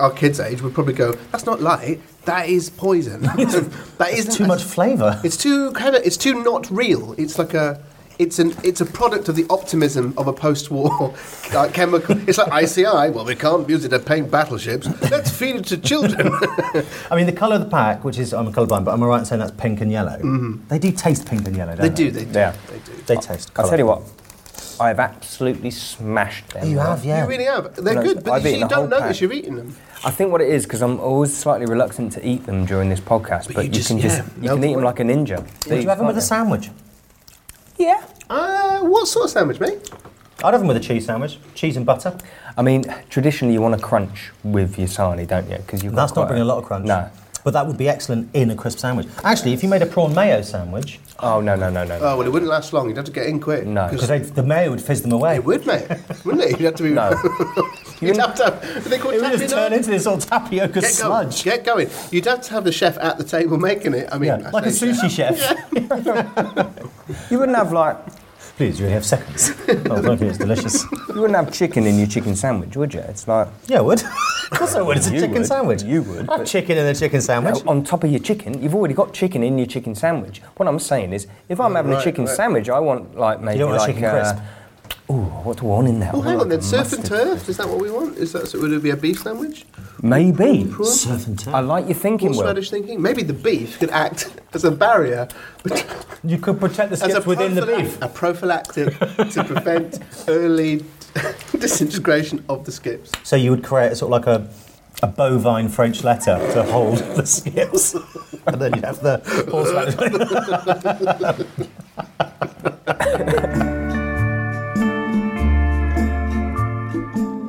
Speaker 5: our kids' age would probably go, that's not light, that is poison. that isn't
Speaker 3: too much flavour.
Speaker 5: It's too kind of, it's too not real. It's like a, it's an, it's a product of the optimism of a post-war uh, chemical. It's like ICI. Well, we can't use it to paint battleships. Let's feed it to children.
Speaker 3: I mean, the colour of the pack, which is I'm colourblind, but I'm right in saying that's pink and yellow. They do taste pink and yellow, don't
Speaker 5: Mm-hmm. they do,
Speaker 3: they?
Speaker 5: they do,
Speaker 4: Yeah.
Speaker 5: they do.
Speaker 3: They taste.
Speaker 4: I'll
Speaker 3: colour.
Speaker 4: tell you what, I have absolutely smashed them.
Speaker 3: You have, yeah.
Speaker 5: You really have. They're
Speaker 4: No,
Speaker 5: good, but
Speaker 4: I've
Speaker 5: you
Speaker 4: eaten a
Speaker 5: don't
Speaker 4: whole
Speaker 5: notice
Speaker 4: pack.
Speaker 5: you're eating them.
Speaker 4: I think what it is, because I'm always slightly reluctant to eat them during this podcast, but,
Speaker 5: you
Speaker 4: you,
Speaker 5: just-
Speaker 4: can just,
Speaker 5: yeah,
Speaker 4: you
Speaker 5: no
Speaker 4: can eat them like a ninja.
Speaker 3: Would you have them with a
Speaker 4: sandwich?
Speaker 3: sandwich?
Speaker 4: Yeah.
Speaker 5: Uh, what sort of sandwich, mate?
Speaker 3: I'd have them with a cheese sandwich, cheese and butter.
Speaker 4: I mean, traditionally you want to crunch with your sarnie, don't you? Because you
Speaker 3: That's not bringing a lot of crunch.
Speaker 4: No.
Speaker 3: But that would be excellent in a crisp sandwich. Actually, if you made a prawn mayo sandwich,
Speaker 4: Oh no no no no.
Speaker 5: Oh well, it wouldn't last long. You'd have to get in quick.
Speaker 4: No.
Speaker 3: because the mayo would fizz them away.
Speaker 5: It would, mate. Wouldn't it? You'd have to be.
Speaker 4: No.
Speaker 5: You'd have to. Have, are they called
Speaker 3: It would
Speaker 5: tapioca?
Speaker 3: just turn into this old tapioca
Speaker 5: Get going.
Speaker 3: sludge.
Speaker 5: Get going. You'd have to have the chef at the table making it. I mean,
Speaker 3: Yeah, like a sushi chef.
Speaker 4: You wouldn't have like
Speaker 3: Please, you only have seconds. Oh, thank you, it's delicious.
Speaker 4: you wouldn't have chicken in your chicken sandwich, would you? It's like
Speaker 3: Yeah, I would. of course I would. It's a
Speaker 4: You
Speaker 3: chicken
Speaker 4: would.
Speaker 3: sandwich.
Speaker 4: You would,
Speaker 3: I have
Speaker 4: but-
Speaker 3: chicken in a chicken sandwich.
Speaker 4: on top of your chicken. You've already got chicken in your chicken sandwich. What I'm saying is, if I'm having a
Speaker 5: right,
Speaker 4: chicken
Speaker 5: right.
Speaker 4: sandwich, I want like maybe
Speaker 3: don't want a
Speaker 4: like uh,
Speaker 3: chicken crisp?
Speaker 4: Ooh, what do I want in there?
Speaker 5: Oh, hang on then. Surf and
Speaker 4: turf.
Speaker 5: turf. Is that what we want? Is that so? Would it be a beef sandwich?
Speaker 4: Maybe.
Speaker 3: Surf and turf.
Speaker 4: I like your thinking,
Speaker 5: What's
Speaker 4: Will.
Speaker 5: Swedish thinking? Maybe the beef could act as a barrier, bet-
Speaker 3: You could protect the
Speaker 5: as a
Speaker 3: skips within the
Speaker 5: prophylac-
Speaker 3: beef.
Speaker 5: a prophylactic to prevent early disintegration of the skips.
Speaker 3: So you would create sort of like a, a bovine French letter to hold the skips. and then you'd have the horseradish.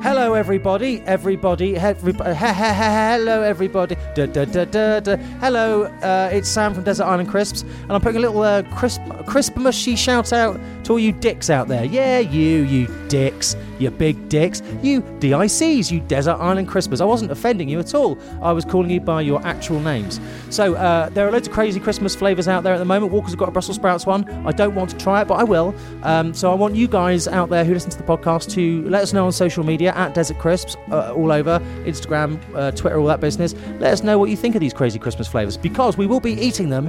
Speaker 6: Hello, everybody, everybody, everyb- he- he- he- hello, everybody. Da, da, da, da, da. Hello, uh, it's Sam from Desert Island Crisps, and I'm putting a little uh, crisp, crisp mushy shout out to all you dicks out there. Yeah, you, you dicks, you big dicks, you DICs, you Desert Island Crispers. I wasn't offending you at all. I was calling you by your actual names. So uh, there are loads of crazy Christmas flavours out there at the moment. Walker's have got a Brussels sprouts one. I don't want to try it, but I will. Um, so I want you guys out there who listen to the podcast to let us know on social media at Desert Crisps, uh, all over Instagram, uh, Twitter, all that business. Let us know what you think of these crazy Christmas flavours because we will be eating them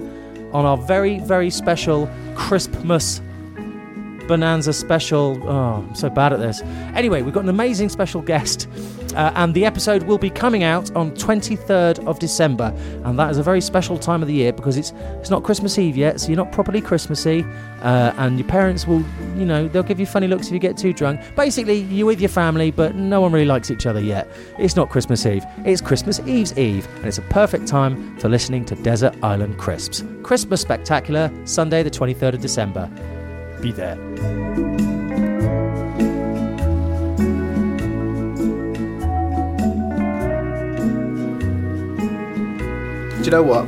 Speaker 6: on our very, very special Crispmas Bonanza special. Oh, I'm so bad at this. Anyway, we've got an amazing special guest, uh, and the episode will be coming out on 23rd of December, and that is a very special time of the year because it's it's not Christmas Eve yet, so you're not properly Christmassy, uh, and your parents will, you know, they'll give you funny looks if you get too drunk. Basically, you're with your family, but no one really likes each other yet. It's not Christmas Eve. It's Christmas Eve's Eve, and it's a perfect time for listening to Desert Island Crisps. Christmas Spectacular, Sunday the 23rd of December. Be there.
Speaker 5: Do you know what?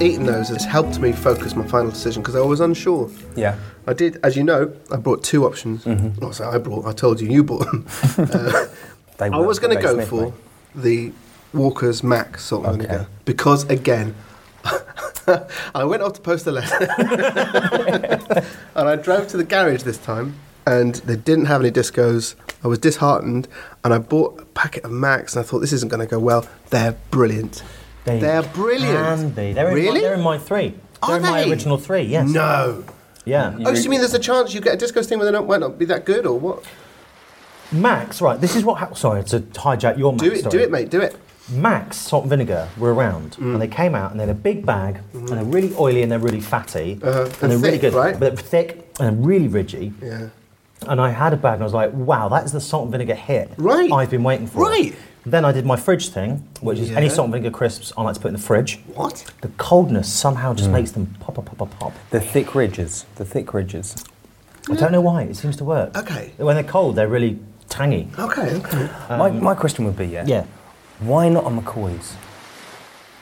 Speaker 5: Eating those has helped me focus my final decision because I was unsure.
Speaker 4: Yeah.
Speaker 5: I did, as you know, I brought two options.
Speaker 3: Mm-hmm.
Speaker 5: Not so I brought, I told you, you brought them. Uh,
Speaker 4: They
Speaker 5: I
Speaker 4: were-
Speaker 5: was going to
Speaker 4: they
Speaker 5: go
Speaker 4: sniff,
Speaker 5: for
Speaker 4: mate.
Speaker 5: the Walker's Mac salt and
Speaker 4: Okay.
Speaker 5: vinegar because, again, I went off to post a letter and I drove to the garage this time and they didn't have any discos. I was disheartened and I bought a packet of Macs and I thought this isn't going to go well. They're brilliant.
Speaker 3: They
Speaker 5: They're brilliant.
Speaker 3: can be. They're in, my-
Speaker 5: Really?
Speaker 3: they're in my three.
Speaker 5: Are
Speaker 3: they're in my
Speaker 5: they?
Speaker 3: original three, yes.
Speaker 5: No.
Speaker 3: Yeah.
Speaker 5: Oh, so you mean there's a chance you get a disco thing where they don't, might not be that good or what?
Speaker 3: Max, right, this is what happened. Sorry to hijack your Max.
Speaker 5: Do it, do
Speaker 3: story.
Speaker 5: it, mate, do it.
Speaker 3: Max salt and vinegar were around, and they came out, and they had a big bag, and they're really oily, and they're really fatty,
Speaker 5: Uh-huh.
Speaker 3: and,
Speaker 5: They're
Speaker 3: they're really
Speaker 5: thick,
Speaker 3: good,
Speaker 5: right?
Speaker 3: but they're thick and really ridgy.
Speaker 5: Yeah.
Speaker 3: And I had a bag, and I was like, "Wow, that is the salt and vinegar hit
Speaker 5: Right.
Speaker 3: I've been waiting for."
Speaker 5: Right.
Speaker 3: Then I did my fridge thing, which is any
Speaker 5: Yeah.
Speaker 3: salt and vinegar crisps I like to put in the fridge.
Speaker 5: What?
Speaker 3: The coldness somehow just makes them pop, pop, pop, pop, pop.
Speaker 4: The thick ridges. The thick ridges.
Speaker 3: I don't know why. It seems to work.
Speaker 5: Okay.
Speaker 3: When they're cold, they're really tangy.
Speaker 5: Okay, okay.
Speaker 3: Um,
Speaker 4: my, my question would be, yeah.
Speaker 3: Yeah.
Speaker 4: Why not a McCoy's?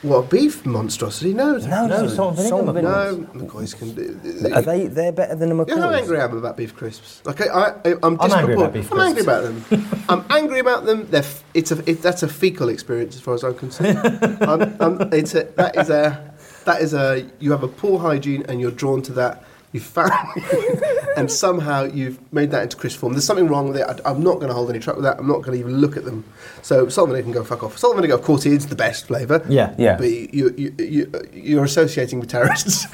Speaker 5: What, a beef monstrosity? No.
Speaker 4: No, no, salt and vinegar
Speaker 5: salt-
Speaker 4: McCoys.
Speaker 5: No, McCoys can do.
Speaker 4: Are they? They're better than the McCoys.
Speaker 5: You know how angry I am about beef crisps. Like I, I, I'm,
Speaker 3: I'm angry
Speaker 5: disappor-
Speaker 3: about beef
Speaker 5: I'm angry
Speaker 3: crisps.
Speaker 5: about them. I'm angry about them. They're f- it's a, it, that's a fecal experience as far as I'm concerned. I'm, I'm, it's a, that is a, that is a. You have a poor hygiene and you're drawn to that. You found, and somehow you've made that into crisp form. There's something wrong with it. I, am not going to hold any track with that. I'm not going to even look at them. So salt and vinegar can go fuck off. Salt and vinegar, of course, is the best flavour.
Speaker 3: Yeah,
Speaker 4: yeah.
Speaker 5: But you, you, you, you're associating with terrorists.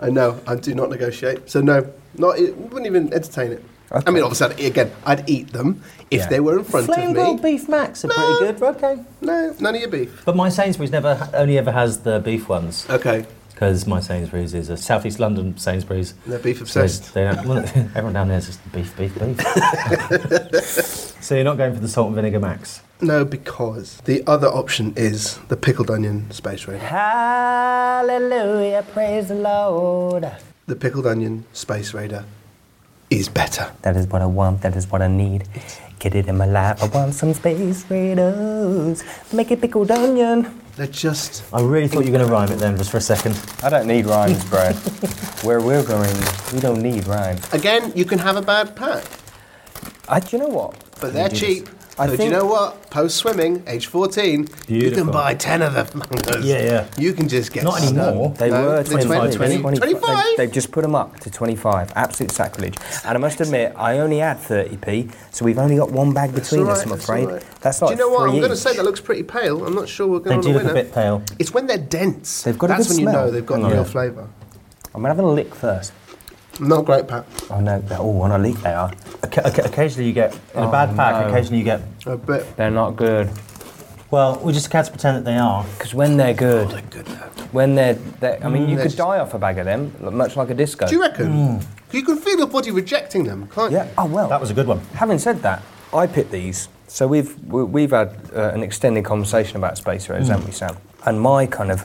Speaker 5: I know. I do not negotiate. So no, not. It wouldn't even entertain it. I mean, obviously, I'd, again, I'd eat them if
Speaker 4: Yeah.
Speaker 5: they were in front
Speaker 3: Flame
Speaker 5: of me.
Speaker 3: grilled beef macs are pretty good. Okay.
Speaker 5: No, none of your beef.
Speaker 3: But my Sainsbury's never only ever has the beef ones
Speaker 5: Okay.
Speaker 3: because my Sainsbury's is a southeast London Sainsbury's.
Speaker 5: They're beef
Speaker 3: So they-
Speaker 5: obsessed.
Speaker 3: they don't, well, everyone down there is just beef, beef, beef. so you're not going for the salt and vinegar max.
Speaker 5: No, because the other option is the pickled onion space race.
Speaker 4: Hallelujah, praise the Lord.
Speaker 5: The pickled onion space raider is better.
Speaker 4: That is what I want, that is what I need. Get it in my life, I want some space raiders. Make it pickled onion.
Speaker 5: They're just
Speaker 3: I really thought you were going to rhyme it then, just for a second.
Speaker 4: I don't need rhymes, bro. Where we're going, we don't need rhymes.
Speaker 5: again. You can have a bad pack,
Speaker 4: I, do you know what?
Speaker 5: but they're cheap. so
Speaker 4: I
Speaker 5: do you
Speaker 4: think-
Speaker 5: know what? Post swimming, age 14, you can
Speaker 3: Beautiful.
Speaker 5: buy 10 of the mangoes.
Speaker 3: Yeah, yeah.
Speaker 5: You can just get
Speaker 3: Not
Speaker 5: stoned.
Speaker 3: anymore.
Speaker 4: They
Speaker 5: No,
Speaker 4: were
Speaker 5: they're
Speaker 4: 25.
Speaker 5: 20,
Speaker 4: 20,
Speaker 5: 25.
Speaker 4: They, have just put them up to 25. Absolute sacrilege. And I must admit, I only had 30p, so we've only got one bag between
Speaker 5: It's all
Speaker 4: us, I'm
Speaker 5: right, it's
Speaker 4: afraid.
Speaker 5: all right.
Speaker 4: That's like
Speaker 5: Do you know what? I'm
Speaker 4: three
Speaker 5: going to
Speaker 4: each.
Speaker 5: say that looks pretty pale. I'm not sure we're
Speaker 3: They
Speaker 5: going
Speaker 3: do
Speaker 5: to
Speaker 3: look
Speaker 5: winner.
Speaker 3: a bit pale.
Speaker 5: It's when they're dense.
Speaker 4: They've got a
Speaker 5: That's
Speaker 4: good
Speaker 5: when you
Speaker 4: smell.
Speaker 5: know they've got
Speaker 4: Hang on.
Speaker 5: real
Speaker 4: Yeah.
Speaker 5: flavour.
Speaker 4: I'm going to have a lick first.
Speaker 5: Not great, Pat.
Speaker 4: Oh, no. they're- Oh, on a lick they are. Oh,
Speaker 3: Oca- oca- occasionally you get, in a bad pack,
Speaker 4: no.
Speaker 3: occasionally you get,
Speaker 5: A bit.
Speaker 4: They're not good.
Speaker 3: well, we just had to pretend that they are.
Speaker 4: Because when they're good, when they're, they're I mean, you
Speaker 5: they're
Speaker 4: could
Speaker 5: just-
Speaker 4: die off a bag of them, l- much like a disco.
Speaker 5: Do you reckon? You can feel your body rejecting them, can't
Speaker 4: Mm. yeah.
Speaker 5: you?
Speaker 4: Oh well.
Speaker 3: That was a good one.
Speaker 4: Having said that, I picked these. So we've we- we've had uh, an extended conversation about space raiders, haven't we, Sam? And my kind of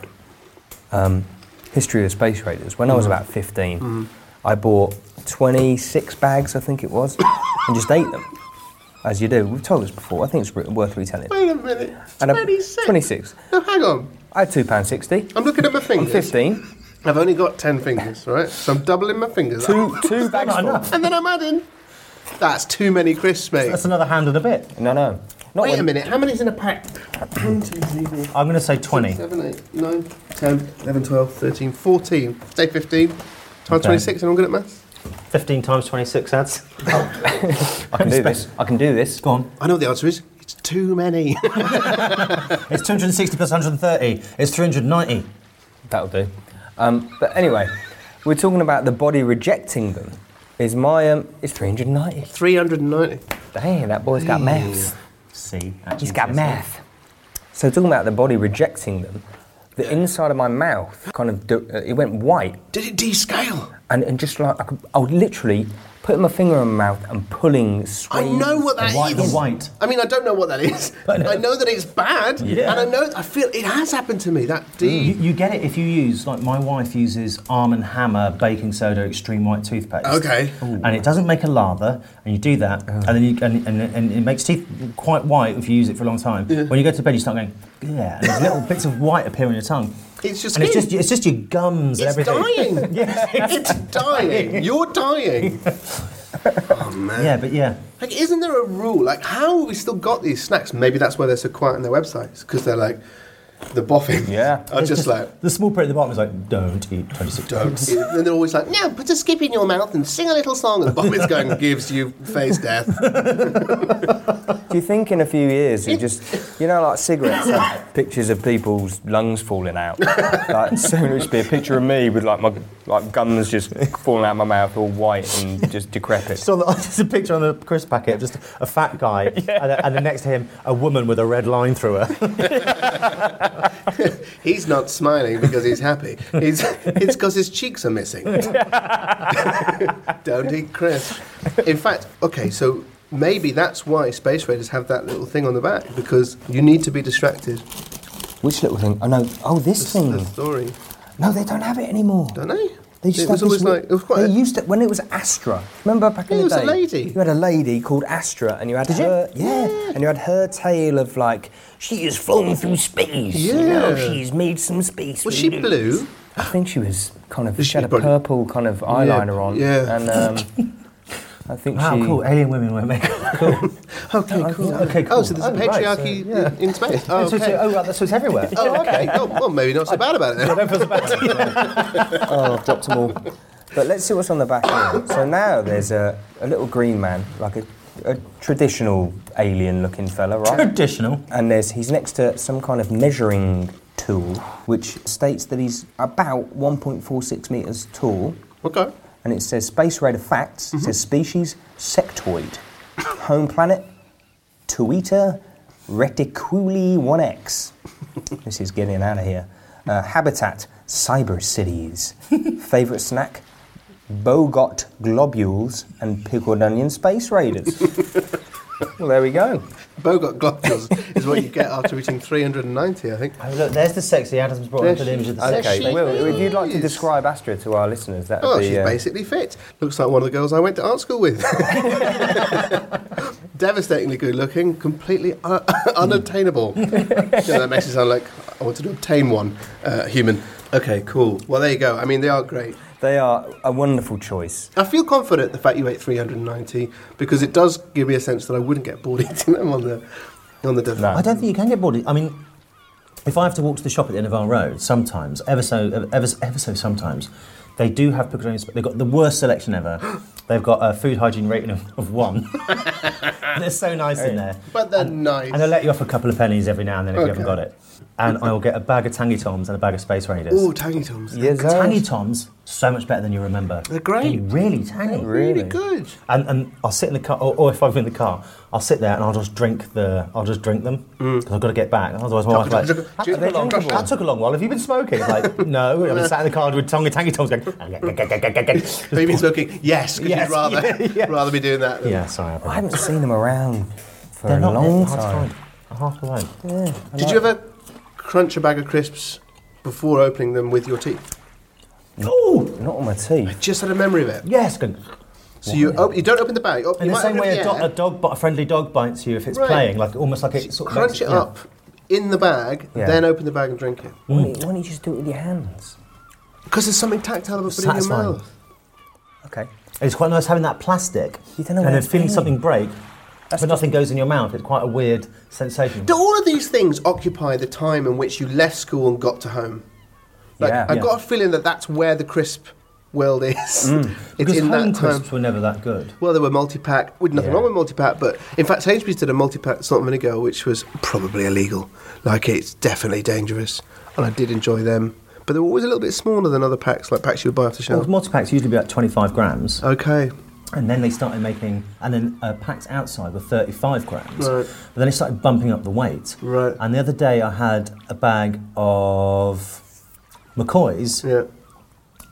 Speaker 4: um, history of space raiders. When I was about fifteen, I bought twenty six bags, I think it was, and just ate them. As you do. We've told this before. I think it's wor- worth retelling.
Speaker 5: Wait a minute.
Speaker 4: And I-
Speaker 5: 26.
Speaker 4: 26.
Speaker 5: No, hang on.
Speaker 4: I had two pound sixty.
Speaker 5: I'm looking at my
Speaker 4: I'm
Speaker 5: fingers.
Speaker 4: fifteen.
Speaker 5: I've only got 10 fingers, right? So I'm doubling my fingers.
Speaker 4: Two two bags
Speaker 3: Not
Speaker 4: full.
Speaker 3: enough.
Speaker 5: And then I'm adding. That's too many crisps, mate.
Speaker 3: That's another hand and a bit.
Speaker 4: No, no. Not
Speaker 5: Wait
Speaker 4: when-
Speaker 5: a minute. How many's in a pack? 1, 2, 3, 4,
Speaker 3: I'm going to say 20.
Speaker 5: 7, 8, 9, 10, 11, 12, 13, 14. Say 15. Times 26. Anyone good at maths?
Speaker 3: 15 times 26 ads.
Speaker 4: I can do this. I can do this.
Speaker 3: Go on.
Speaker 5: I know what the answer is. It's too many.
Speaker 3: It's 260 plus 130. It's 390.
Speaker 4: That'll do. Um, but anyway, we're talking about the body rejecting them. Is my um, it's 390.
Speaker 5: 390.
Speaker 4: Dang, that boy's got maths.
Speaker 3: See?
Speaker 4: He's got math. So talking about the body rejecting them, the inside of my mouth kind of do, uh, it went white,
Speaker 5: Did it descale?
Speaker 4: and, and just like I, could, I was literally putting my finger in my mouth and pulling.
Speaker 5: I
Speaker 4: Strings.
Speaker 5: know what that is.
Speaker 3: white- the white.
Speaker 5: I mean, I don't know what that is. I know, that it's bad,
Speaker 3: Yeah. Mm.
Speaker 5: and I know I feel it has happened to me. That
Speaker 3: You,
Speaker 5: deep.
Speaker 3: you get it if you use, like my wife uses Arm & Hammer baking soda extreme white toothpaste.
Speaker 5: Okay.
Speaker 3: And it doesn't make a lather, and you do that, and then you, and, and, and it makes teeth quite white if you use it for a long time. When you go to bed, you start going, yeah, and there's little bits of white appear on your tongue.
Speaker 5: It's just
Speaker 3: and it's
Speaker 5: skin.
Speaker 3: just, it's just your gums
Speaker 5: It's
Speaker 3: and everything.
Speaker 5: dying. it's dying. You're dying. oh man.
Speaker 3: Yeah, but yeah.
Speaker 5: Like, isn't there a rule? Like, how have we still got these snacks? Maybe that's why they're so quiet on their websites because they're like the boffins.
Speaker 4: Yeah.
Speaker 5: Are
Speaker 3: It's
Speaker 5: just like.
Speaker 3: the small print at the bottom is like, don't eat 26
Speaker 5: Don't. and they're always like, no, put a skip in your mouth and sing a little song. And the boffins going, gives you face death.
Speaker 4: Do you think in a few years you just, you know, like cigarettes, have pictures of people's lungs falling out? like, soon it'll just be a picture of me with like my like gums just falling out of my mouth, all white and just decrepit.
Speaker 3: So there's a picture on the crisp packet, just a fat guy, and, then- and then next to him, a woman with a red line through her.
Speaker 5: He's not smiling because he's happy. He's, it's because his cheeks are missing. Don't eat crisps. In fact, okay, so maybe that's why Space Raiders have that little thing on the back because you need to be distracted.
Speaker 4: Which little thing? Oh no! Oh, this
Speaker 5: That's the
Speaker 4: thing.
Speaker 5: story,
Speaker 4: No, they don't have it anymore.
Speaker 5: don't they?
Speaker 4: They just
Speaker 5: It
Speaker 4: had
Speaker 5: was
Speaker 4: this
Speaker 5: always
Speaker 4: weird-
Speaker 5: like- it was quite
Speaker 4: They
Speaker 5: a-
Speaker 4: used to when it was Astra. Remember back in
Speaker 5: Yeah, it was
Speaker 4: the
Speaker 5: a
Speaker 4: day,
Speaker 5: lady.
Speaker 4: You had a lady called Astra, and you had her. Yeah, and you had her tale of like she has flown through space. You
Speaker 3: Oh,
Speaker 4: know,
Speaker 5: Yeah.
Speaker 4: she's made some space.
Speaker 5: Was she
Speaker 4: balloons.
Speaker 5: blue?
Speaker 4: I think she was kind of.
Speaker 5: Is
Speaker 4: She had
Speaker 5: she
Speaker 4: a
Speaker 5: blue?
Speaker 4: purple kind of eyeliner on.
Speaker 5: yeah.
Speaker 4: and um, I think
Speaker 3: Wow,
Speaker 4: she.
Speaker 3: cool. Alien women wear makeup. cool.
Speaker 5: Okay, cool.
Speaker 3: okay,
Speaker 5: Oh,
Speaker 3: cool.
Speaker 5: so there's a
Speaker 3: Oh, right, so,
Speaker 5: patriarchy in, in space. Oh,
Speaker 3: So, so,
Speaker 5: okay.
Speaker 3: oh, right, that's so it's everywhere.
Speaker 5: Oh, okay. Oh, well, maybe not so bad about it then.
Speaker 4: Oh, I've dropped them all. But let's see what's on the back end. So now there's a, a little green man, like a, a traditional alien looking fella, right?
Speaker 3: Traditional.
Speaker 4: And there's he's next to some kind of measuring tool, which states that he's about 1.46 metres tall.
Speaker 5: Okay.
Speaker 4: And it says space rate of facts, it says
Speaker 3: Mm-hmm.
Speaker 4: species sectoid, home planet Tuita reticuli 1x. this is getting out of here. Uh, habitat cyber cities. Favorite snack bogot globules and pickled onion space raiders. well, there we go.
Speaker 5: Bogot globules is what you get after eating 390, I think.
Speaker 3: Oh, look, there's the sexy. Adam's brought
Speaker 5: There
Speaker 3: up an
Speaker 5: she-
Speaker 3: image of the
Speaker 5: there
Speaker 3: sexy.
Speaker 5: she
Speaker 4: Okay, Will, if you'd like to
Speaker 5: is.
Speaker 4: describe Astra to our listeners, that would
Speaker 5: Oh,
Speaker 4: be.
Speaker 5: she's
Speaker 4: uh,
Speaker 5: basically fit. Looks like one of the girls I went to art school with. Devastatingly good looking, completely un- unobtainable. You know, that makes it sound like I wanted to obtain one uh, human. Okay, cool. Well, there you go. I mean, they are great.
Speaker 4: They are a wonderful choice.
Speaker 5: I feel confident the fact you ate 390 because it does give me a sense that I wouldn't get bored eating them on the on the desert.
Speaker 3: I don't think you can get bored. I mean, if I have to walk to the shop at the end of our road, sometimes, ever so, ever, ever so sometimes, they do have pickled onions. but They've got the worst selection ever. They've got a food hygiene rating of, of one. they're so nice in there.
Speaker 5: But they're nice.
Speaker 3: And they'll let you off a couple of pennies every now and then if you haven't
Speaker 5: Okay.
Speaker 3: got it. And I will get a bag of Tangy Toms and a bag of Space Raiders.
Speaker 5: Oh, tangy toms.
Speaker 4: Yes, sir.
Speaker 3: Tangy Toms, so much better than you remember.
Speaker 5: They're great.
Speaker 3: They're really tangy.
Speaker 5: Really good.
Speaker 3: And, and I'll sit in the car, or, or if I'm in the car, I'll sit there and I'll just drink the, I'll just drink them
Speaker 5: Mm.
Speaker 3: because I've got to get back. Otherwise, my wife's like, that took, a long, that took a long while. Have you been smoking? It's like, no. I've been sat in the car with Tonga Tangy Toms going.
Speaker 5: Have you been smoking? Yes, because
Speaker 3: Yes,
Speaker 5: you'd rather
Speaker 3: yeah, yeah.
Speaker 5: rather be doing that. Than
Speaker 3: yeah, sorry. I've
Speaker 4: I
Speaker 3: been-
Speaker 4: haven't seen them around for
Speaker 3: They're
Speaker 4: a
Speaker 3: not
Speaker 4: long
Speaker 3: hard to
Speaker 4: time.
Speaker 3: find. They're Half the way.
Speaker 5: Did you ever crunch a bag of crisps before opening them with your teeth?
Speaker 3: Oh
Speaker 4: Not on my teeth.
Speaker 5: Just had a memory of it.
Speaker 3: yes. Good.
Speaker 5: So you op- you don't open the bag. Op-
Speaker 3: In
Speaker 5: you
Speaker 3: the
Speaker 5: might
Speaker 3: same
Speaker 5: open it in
Speaker 3: way a,
Speaker 5: the
Speaker 3: do-
Speaker 5: air,
Speaker 3: a dog, but a friendly dog bites you if it's
Speaker 5: Right.
Speaker 3: playing, like almost like it sort of
Speaker 5: crunch
Speaker 3: makes
Speaker 5: it
Speaker 3: yeah.
Speaker 5: up in the bag,
Speaker 4: Yeah.
Speaker 5: then open the bag and drink it.
Speaker 4: Why, don't you, why don't you just do it with your hands?
Speaker 5: Because there's something tactile about putting it in your
Speaker 3: Satisfying.
Speaker 5: mouth.
Speaker 4: Okay.
Speaker 3: It's quite nice having that plastic
Speaker 4: You don't know
Speaker 3: and
Speaker 4: where
Speaker 3: then
Speaker 4: it's
Speaker 3: feeling
Speaker 4: going.
Speaker 3: something break, but nothing goes in your mouth. It's quite a weird sensation.
Speaker 5: Do all of these things occupy the time in which you left school and got to home? Like,
Speaker 4: Yeah.
Speaker 5: I've
Speaker 4: Yeah.
Speaker 5: got a feeling that that's where the crisp world is. It's
Speaker 3: Mm. Because
Speaker 5: in
Speaker 3: home
Speaker 5: that time.
Speaker 3: crisps were never that good.
Speaker 5: Well, there were multi-pack. With nothing
Speaker 3: Yeah.
Speaker 5: wrong with multi-pack, but in fact, Sainsbury's did a multi-pack salt and vinegar, which was probably illegal. Like it's definitely dangerous, and I did enjoy them, but they were always a little bit smaller than other packs, like packs you would buy off the
Speaker 3: Well,
Speaker 4: Oh,
Speaker 5: shelf.
Speaker 3: multi packs usually be like 25 grams,
Speaker 5: Okay,
Speaker 3: and then they started making, and then uh, packs outside were 35 grams. But then they started bumping up the weight.
Speaker 5: Right.
Speaker 3: And the other day I had a bag of McCoy's,
Speaker 5: yeah,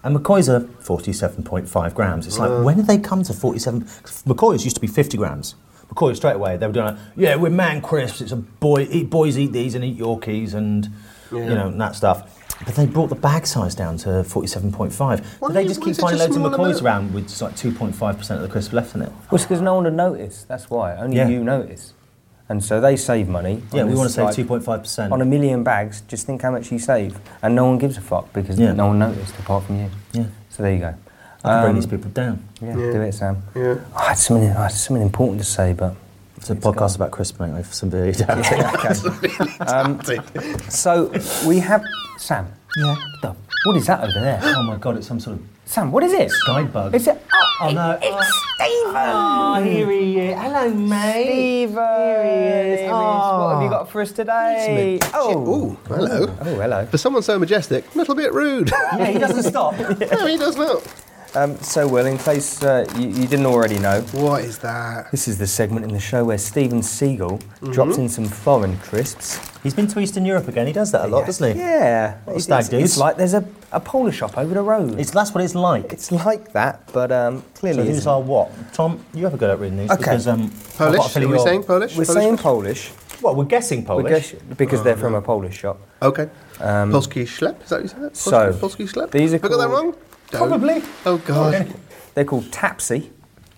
Speaker 3: and McCoy's are 47.5 grams. It's like, when did they come to 47? 'Cause McCoy's used to be 50 grams. McCoy's straight away, they were doing, like, yeah, we're man crisps, it's a boy, eat, boys eat these and eat Yorkies and, you know, and that stuff. But they brought the bag size down to 47.5.
Speaker 5: Why
Speaker 3: But they
Speaker 5: is-
Speaker 3: just
Speaker 5: why
Speaker 3: keep
Speaker 5: is it
Speaker 3: finding
Speaker 5: just
Speaker 3: loads of
Speaker 5: small
Speaker 3: McCoy's
Speaker 5: amount?
Speaker 3: around with just like 2.5% of the crisp left in it.
Speaker 4: Well, because no one would notice. That's why. Only
Speaker 3: Yeah.
Speaker 4: you notice. And so they save money.
Speaker 3: Yeah,
Speaker 4: on
Speaker 3: we
Speaker 4: this,
Speaker 3: want to
Speaker 4: like,
Speaker 3: save 2.5%.
Speaker 4: On a million bags, just think how much you save. And no one gives a fuck because
Speaker 3: Yeah.
Speaker 4: no one noticed apart from you.
Speaker 3: Yeah.
Speaker 4: So there you go.
Speaker 3: I can bring
Speaker 4: Um,
Speaker 3: these people down.
Speaker 4: yeah, do it, Sam.
Speaker 5: Yeah.
Speaker 4: I, had something, I had something important to say, but.
Speaker 3: It's a podcast about crisp, mate. I've severely doubted.
Speaker 4: So we have. Sam. Yeah. The, what is that over there?
Speaker 3: Oh my god, it's some sort of
Speaker 4: Sam, what is it?
Speaker 3: guidebug.
Speaker 4: Is it. Oh,
Speaker 3: Oh no.
Speaker 4: it's Stephen!
Speaker 3: here he is. Hello, mate.
Speaker 4: Stephen! Here he is.
Speaker 3: Oh.
Speaker 4: What have you got for us today? Oh.
Speaker 5: Ooh, hello.
Speaker 4: Oh, hello.
Speaker 5: For someone so majestic, a little bit rude.
Speaker 3: Yeah, he doesn't stop.
Speaker 5: no, he does not.
Speaker 4: Um, so, Will, in case uh, you, you didn't already know,
Speaker 5: What is that?
Speaker 4: this is the segment in the show where Stephen Seagal
Speaker 3: Mm-hmm.
Speaker 4: drops in some foreign crisps.
Speaker 3: He's been to Eastern Europe again. He does that a lot, doesn't he?
Speaker 4: Yeah.
Speaker 3: Little
Speaker 4: It's,
Speaker 3: stag
Speaker 4: it's, it's
Speaker 3: doos.
Speaker 4: like there's a, a Polish shop over the road.
Speaker 3: It's, that's what it's like.
Speaker 4: It's like that, but um,
Speaker 3: so
Speaker 4: clearly
Speaker 3: who's
Speaker 4: isn't.
Speaker 3: our what? Tom, you have a go at reading these
Speaker 4: Okay.
Speaker 3: because um, I've got a
Speaker 5: Polish? Are
Speaker 3: feeling
Speaker 5: we
Speaker 3: you're-
Speaker 5: saying Polish?
Speaker 4: We're
Speaker 5: Polish?
Speaker 4: saying Polish,
Speaker 3: Well, we're guessing
Speaker 4: we're
Speaker 3: Polish. Oh,
Speaker 4: guess- because they're from a Polish shop.
Speaker 5: Okay. Polski schlep. Is that what you said? Polski,
Speaker 4: um, so,
Speaker 5: Polski schlep.
Speaker 4: these are
Speaker 5: Have I got that
Speaker 4: called-
Speaker 5: wrong?
Speaker 4: Probably.
Speaker 5: Oh god.
Speaker 4: They're called Tapsy.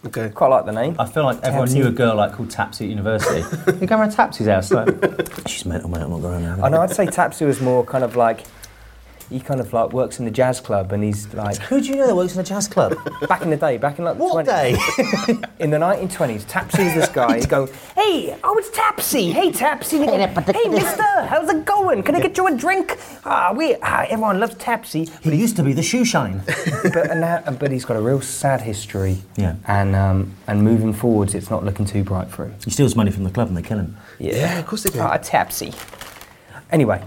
Speaker 5: Okay.
Speaker 4: Quite like the name.
Speaker 3: I feel like everyone
Speaker 4: Tapsy.
Speaker 3: knew a girl like called Tapsy at university. you go around Tapsy's house. Like, She's mental, mate. I'm not going around.
Speaker 4: I know. I'd say Tapsy was more kind of like he kind of like works in the jazz club, and he's like
Speaker 3: Who do you know that works in a jazz club?
Speaker 4: back in the day, back in like the
Speaker 3: What
Speaker 4: 20s. in the 1920s, Tapsy was this guy. He's going, hey, oh, it's Tapsy. Hey, Tapsy. Hey, mister, how's it going? Can I get you a drink? Ah, we, ah, everyone loves Tapsy.
Speaker 3: he used to be the shoe shine.
Speaker 4: But, and now, but he's got a real sad history.
Speaker 3: Yeah.
Speaker 4: And, um, and moving forwards, it's not looking too bright for him.
Speaker 3: he steals money from the club and they kill him.
Speaker 4: Yeah,
Speaker 5: of course they do.
Speaker 4: Ah, Tapsy. Anyway,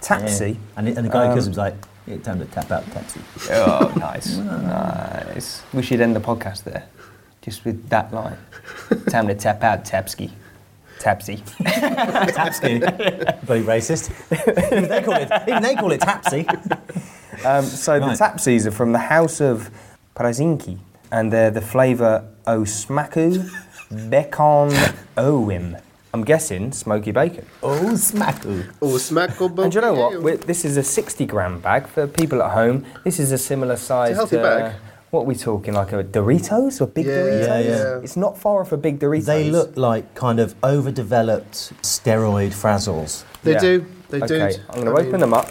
Speaker 4: Tapsy.
Speaker 3: And, the- and the guy
Speaker 4: Um,
Speaker 3: who kills him's like, yeah, time to tap out Tapsy.
Speaker 4: Oh, nice. nice. We should end the podcast there. Just with that line. Time to tap out, Tapsky. Tapsy.
Speaker 3: Tapsy. Bloody racist. even, they call it, even they call it Tapsy.
Speaker 4: Um, so
Speaker 3: Right.
Speaker 4: the Tapsies are from the house of Prazinki, and they're the flavour Osmaku Bacon Owim. I'm guessing smoky bacon.
Speaker 3: Oh, smacku.
Speaker 5: Oh, smack or
Speaker 4: And do you know
Speaker 5: bump.
Speaker 4: what? we this is a 60 gram bag for people at home. This is a similar size.
Speaker 5: healthy
Speaker 4: to,
Speaker 5: bag.
Speaker 4: What are we talking? Like a Doritos or big
Speaker 5: Yeah,
Speaker 4: Doritos?
Speaker 5: yeah, yeah.
Speaker 4: It's not far off a big Doritos.
Speaker 3: They look like kind of overdeveloped steroid frazzles.
Speaker 5: They
Speaker 4: Yeah.
Speaker 5: do. They do.
Speaker 4: Okay, I'm going to open them up.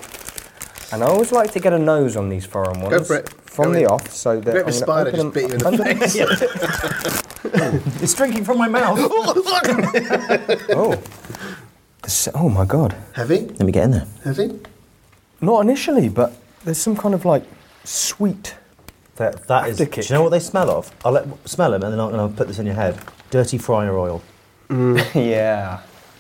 Speaker 4: And I always like to get a nose on these foreign ones
Speaker 5: for it.
Speaker 4: from
Speaker 5: Go
Speaker 4: the
Speaker 5: in.
Speaker 4: off, so that
Speaker 5: Bit of a
Speaker 4: I'm
Speaker 5: spider
Speaker 4: gonna
Speaker 5: just bit you
Speaker 4: open
Speaker 5: in
Speaker 4: them-
Speaker 5: the face.
Speaker 3: It's drinking from my mouth.
Speaker 4: oh, This- oh my god!
Speaker 5: Heavy?
Speaker 3: Let me get in there.
Speaker 5: Heavy?
Speaker 4: Not initially, but there's some kind of like sweet.
Speaker 3: That, that is. Do
Speaker 4: Afterkick.
Speaker 3: you know what they smell of? I'll let, smell them and then I'll, and I'll put this in your head. Dirty fryer oil,
Speaker 4: Yeah.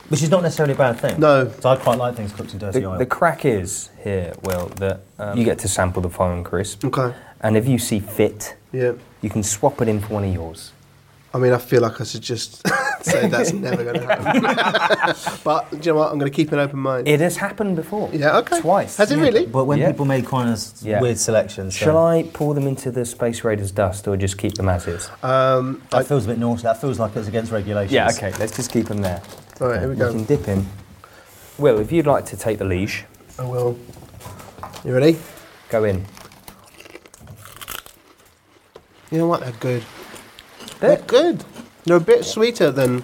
Speaker 3: which is not necessarily a bad thing.
Speaker 5: No.
Speaker 3: So I quite like things cooked in dirty
Speaker 4: The,
Speaker 3: oil.
Speaker 4: the crack is here, Will, that um, you get to sample the foreign crisp,
Speaker 5: Okay.
Speaker 4: and if you see fit,
Speaker 5: Yeah.
Speaker 4: you can swap it in for one of yours.
Speaker 5: I mean, I feel like I should just say that's never going to happen. but do you know what? I'm going to keep an open mind.
Speaker 4: It has happened before.
Speaker 5: yeah, okay.
Speaker 4: Twice.
Speaker 5: Has it really?
Speaker 3: but when
Speaker 4: Yeah.
Speaker 3: people made Quina's
Speaker 4: Yeah.
Speaker 3: weird selections,
Speaker 4: Shall I pour them into the Space Raiders dust, or just keep them as is?
Speaker 5: Uh,
Speaker 3: That feels a bit naughty. That feels like it's against regulations.
Speaker 4: yeah. Okay. Let's just keep them there.
Speaker 5: All right, here we
Speaker 4: We
Speaker 5: go.
Speaker 4: can dip in. Will, if you'd like to take the leash,
Speaker 5: I will. Oh, You ready?
Speaker 4: go in.
Speaker 5: You know what? They're good. They're good. They're a bit sweeter than.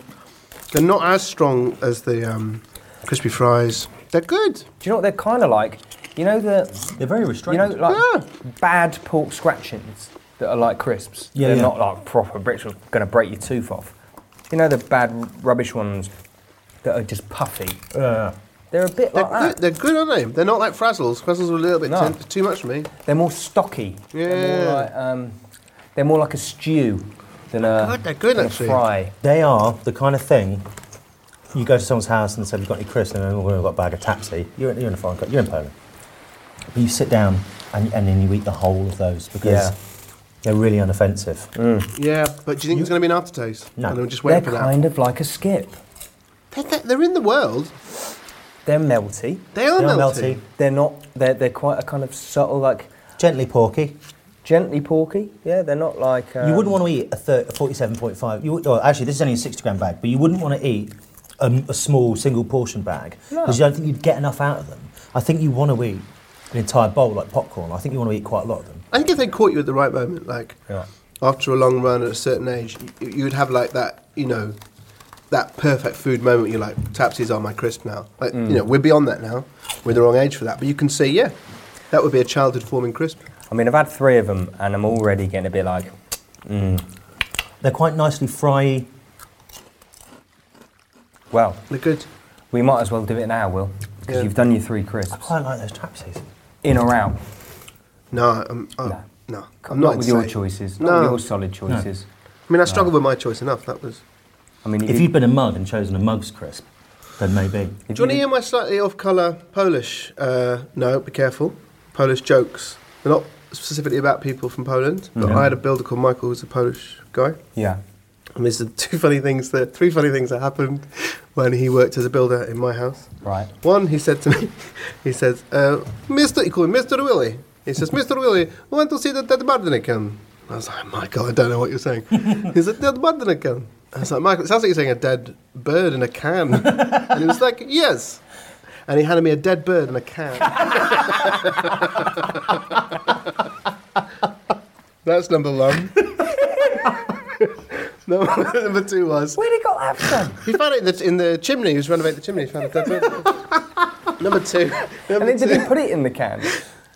Speaker 5: They're not as strong as the um, crispy fries. They're good.
Speaker 4: Do you know what they're kind of like? You know the
Speaker 3: They're very
Speaker 4: you
Speaker 3: restrained.
Speaker 4: know like bad pork scratchings that are like crisps.
Speaker 3: Yeah,
Speaker 4: they're
Speaker 3: yeah.
Speaker 4: not like proper bricks are going to break your tooth off. You know the bad r- rubbish ones that are just puffy. They're a bit
Speaker 5: They're,
Speaker 4: like that.
Speaker 5: good. they're good, aren't they? They're not like frazzles. Frazzles are a little bit
Speaker 4: No.
Speaker 5: too, too much for me.
Speaker 4: They're more stocky. They're
Speaker 5: Yeah.
Speaker 4: more like, um, they're more like a stew than a,
Speaker 5: Oh, God, they're good,
Speaker 4: than a
Speaker 5: actually.
Speaker 4: fry.
Speaker 3: They are the kind of thing you go to someone's house and say, We've got any crisps, and then oh, we've got a bag of Tapsi. You're, in- you're in a foreign country, you're in Poland. But you sit down and, and then you eat the whole of those because
Speaker 4: Yeah. Mm.
Speaker 3: they're really unoffensive.
Speaker 5: Yeah, but do you think there's going to be an aftertaste?
Speaker 3: No.
Speaker 5: And I'm just
Speaker 4: They're
Speaker 5: waiting for that.
Speaker 4: kind of like a skip.
Speaker 5: They're, they're, they're in the world.
Speaker 4: They're melty.
Speaker 5: They are
Speaker 3: They are
Speaker 5: melty.
Speaker 3: melty.
Speaker 4: They're not. They're, they're quite a kind of subtle, like
Speaker 3: Gently porky.
Speaker 4: gently porky. Yeah, they're not like. Um,
Speaker 3: You wouldn't want to eat a, thir- a 47.5. You, would- well, actually, this is only a 60 gram bag, but you wouldn't want to eat a, a small single portion bag because you don't think you'd get enough out of them. I think you want to eat an entire bowl like popcorn. I think you want to eat quite a lot of them.
Speaker 5: I think if they caught you at the right moment, like
Speaker 4: Yeah.
Speaker 5: after a long run at a certain age, you, you would have like that, you know, that perfect food moment. You're like, Tapsies are my crisp now. Like,
Speaker 4: Mm.
Speaker 5: you know, we're beyond that now. We're the wrong age for that. But you can see, yeah, that would be a childhood forming crisp.
Speaker 4: I mean, I've had three of them, and I'm already getting a bit like.
Speaker 3: They're quite nicely fry.
Speaker 4: Well,
Speaker 5: They're good.
Speaker 4: we might as well do it now, Will, because
Speaker 5: Yeah.
Speaker 4: you've done your three crisps,
Speaker 3: Quite like those Tapsis.
Speaker 4: in or out.
Speaker 5: No, I'm, oh,
Speaker 4: No.
Speaker 5: no.
Speaker 4: Come
Speaker 5: I'm not
Speaker 4: with your
Speaker 5: insane.
Speaker 4: choices. Not
Speaker 5: No.
Speaker 4: with your solid choices.
Speaker 5: I mean, I struggled with my choice enough. That was.
Speaker 4: I mean,
Speaker 3: If you'd been a mug and chosen a mug's crisp, then maybe.
Speaker 5: Do you want to hear my slightly off colour Polish? Uh, no, be careful. Polish jokes. They're not specifically about people from Poland, but I had a builder called Michael who's a Polish guy.
Speaker 4: yeah.
Speaker 5: And there's two funny things that, three funny things that happened when he worked as a builder in my house.
Speaker 4: Right.
Speaker 5: One, he said to me, he says, uh, Mr. He called me Mr. Willie. He says, Mr. Willie, I want to see the dead bird again. I was like, Michael, I don't know what you're saying. he said, dead bird in a can. I was like, Michael, it sounds like you're saying a dead bird in a can. and he was like, yes. And he handed me a dead bird in a can. That's number one. number, number two was. Where'd
Speaker 6: he got that from?
Speaker 5: He found it in the, in the chimney. He was running about the chimney. He found it. number two. Number
Speaker 4: And then did
Speaker 5: two.
Speaker 4: he put it in the can?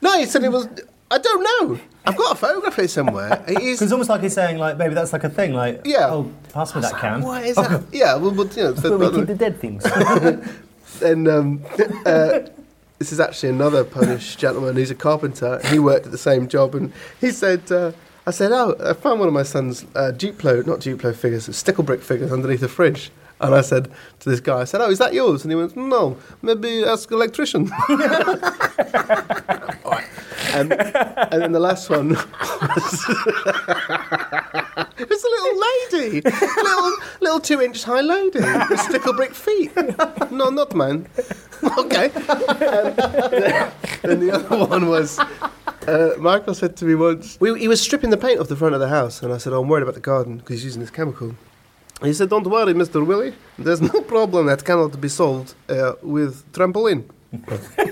Speaker 5: No, he said it was. I don't know. I've got a photograph here somewhere. It is.
Speaker 3: it's almost like he's saying, like, maybe that's like a thing, like,
Speaker 5: Yeah.
Speaker 3: oh, pass me that can. Oh,
Speaker 5: What is that? Yeah, well, but, you know,
Speaker 4: Where we
Speaker 5: the-
Speaker 4: keep the dead things.
Speaker 5: and um, uh, this is actually another Polish gentleman who's a carpenter. He worked at the same job, and he said, uh, "I said, oh, I found one of my son's uh, Duplo, not Duplo figures, Sticklebrick figures underneath the fridge." And I said to this guy, "I said, oh, is that yours?" And he went, "No, maybe ask an electrician." Alright. Um, and then the last one was it's a little lady, little little two inch high lady with sticklebrick feet. No, not mine. Okay. And, then the other one was. Uh, Michael said to me once, we, he was stripping the paint off the front of the house, and I said, oh, I'm worried about the garden because he's using this chemical. He said, Don't worry, Mr. Willie, there's no problem that cannot be solved uh, with trampoline.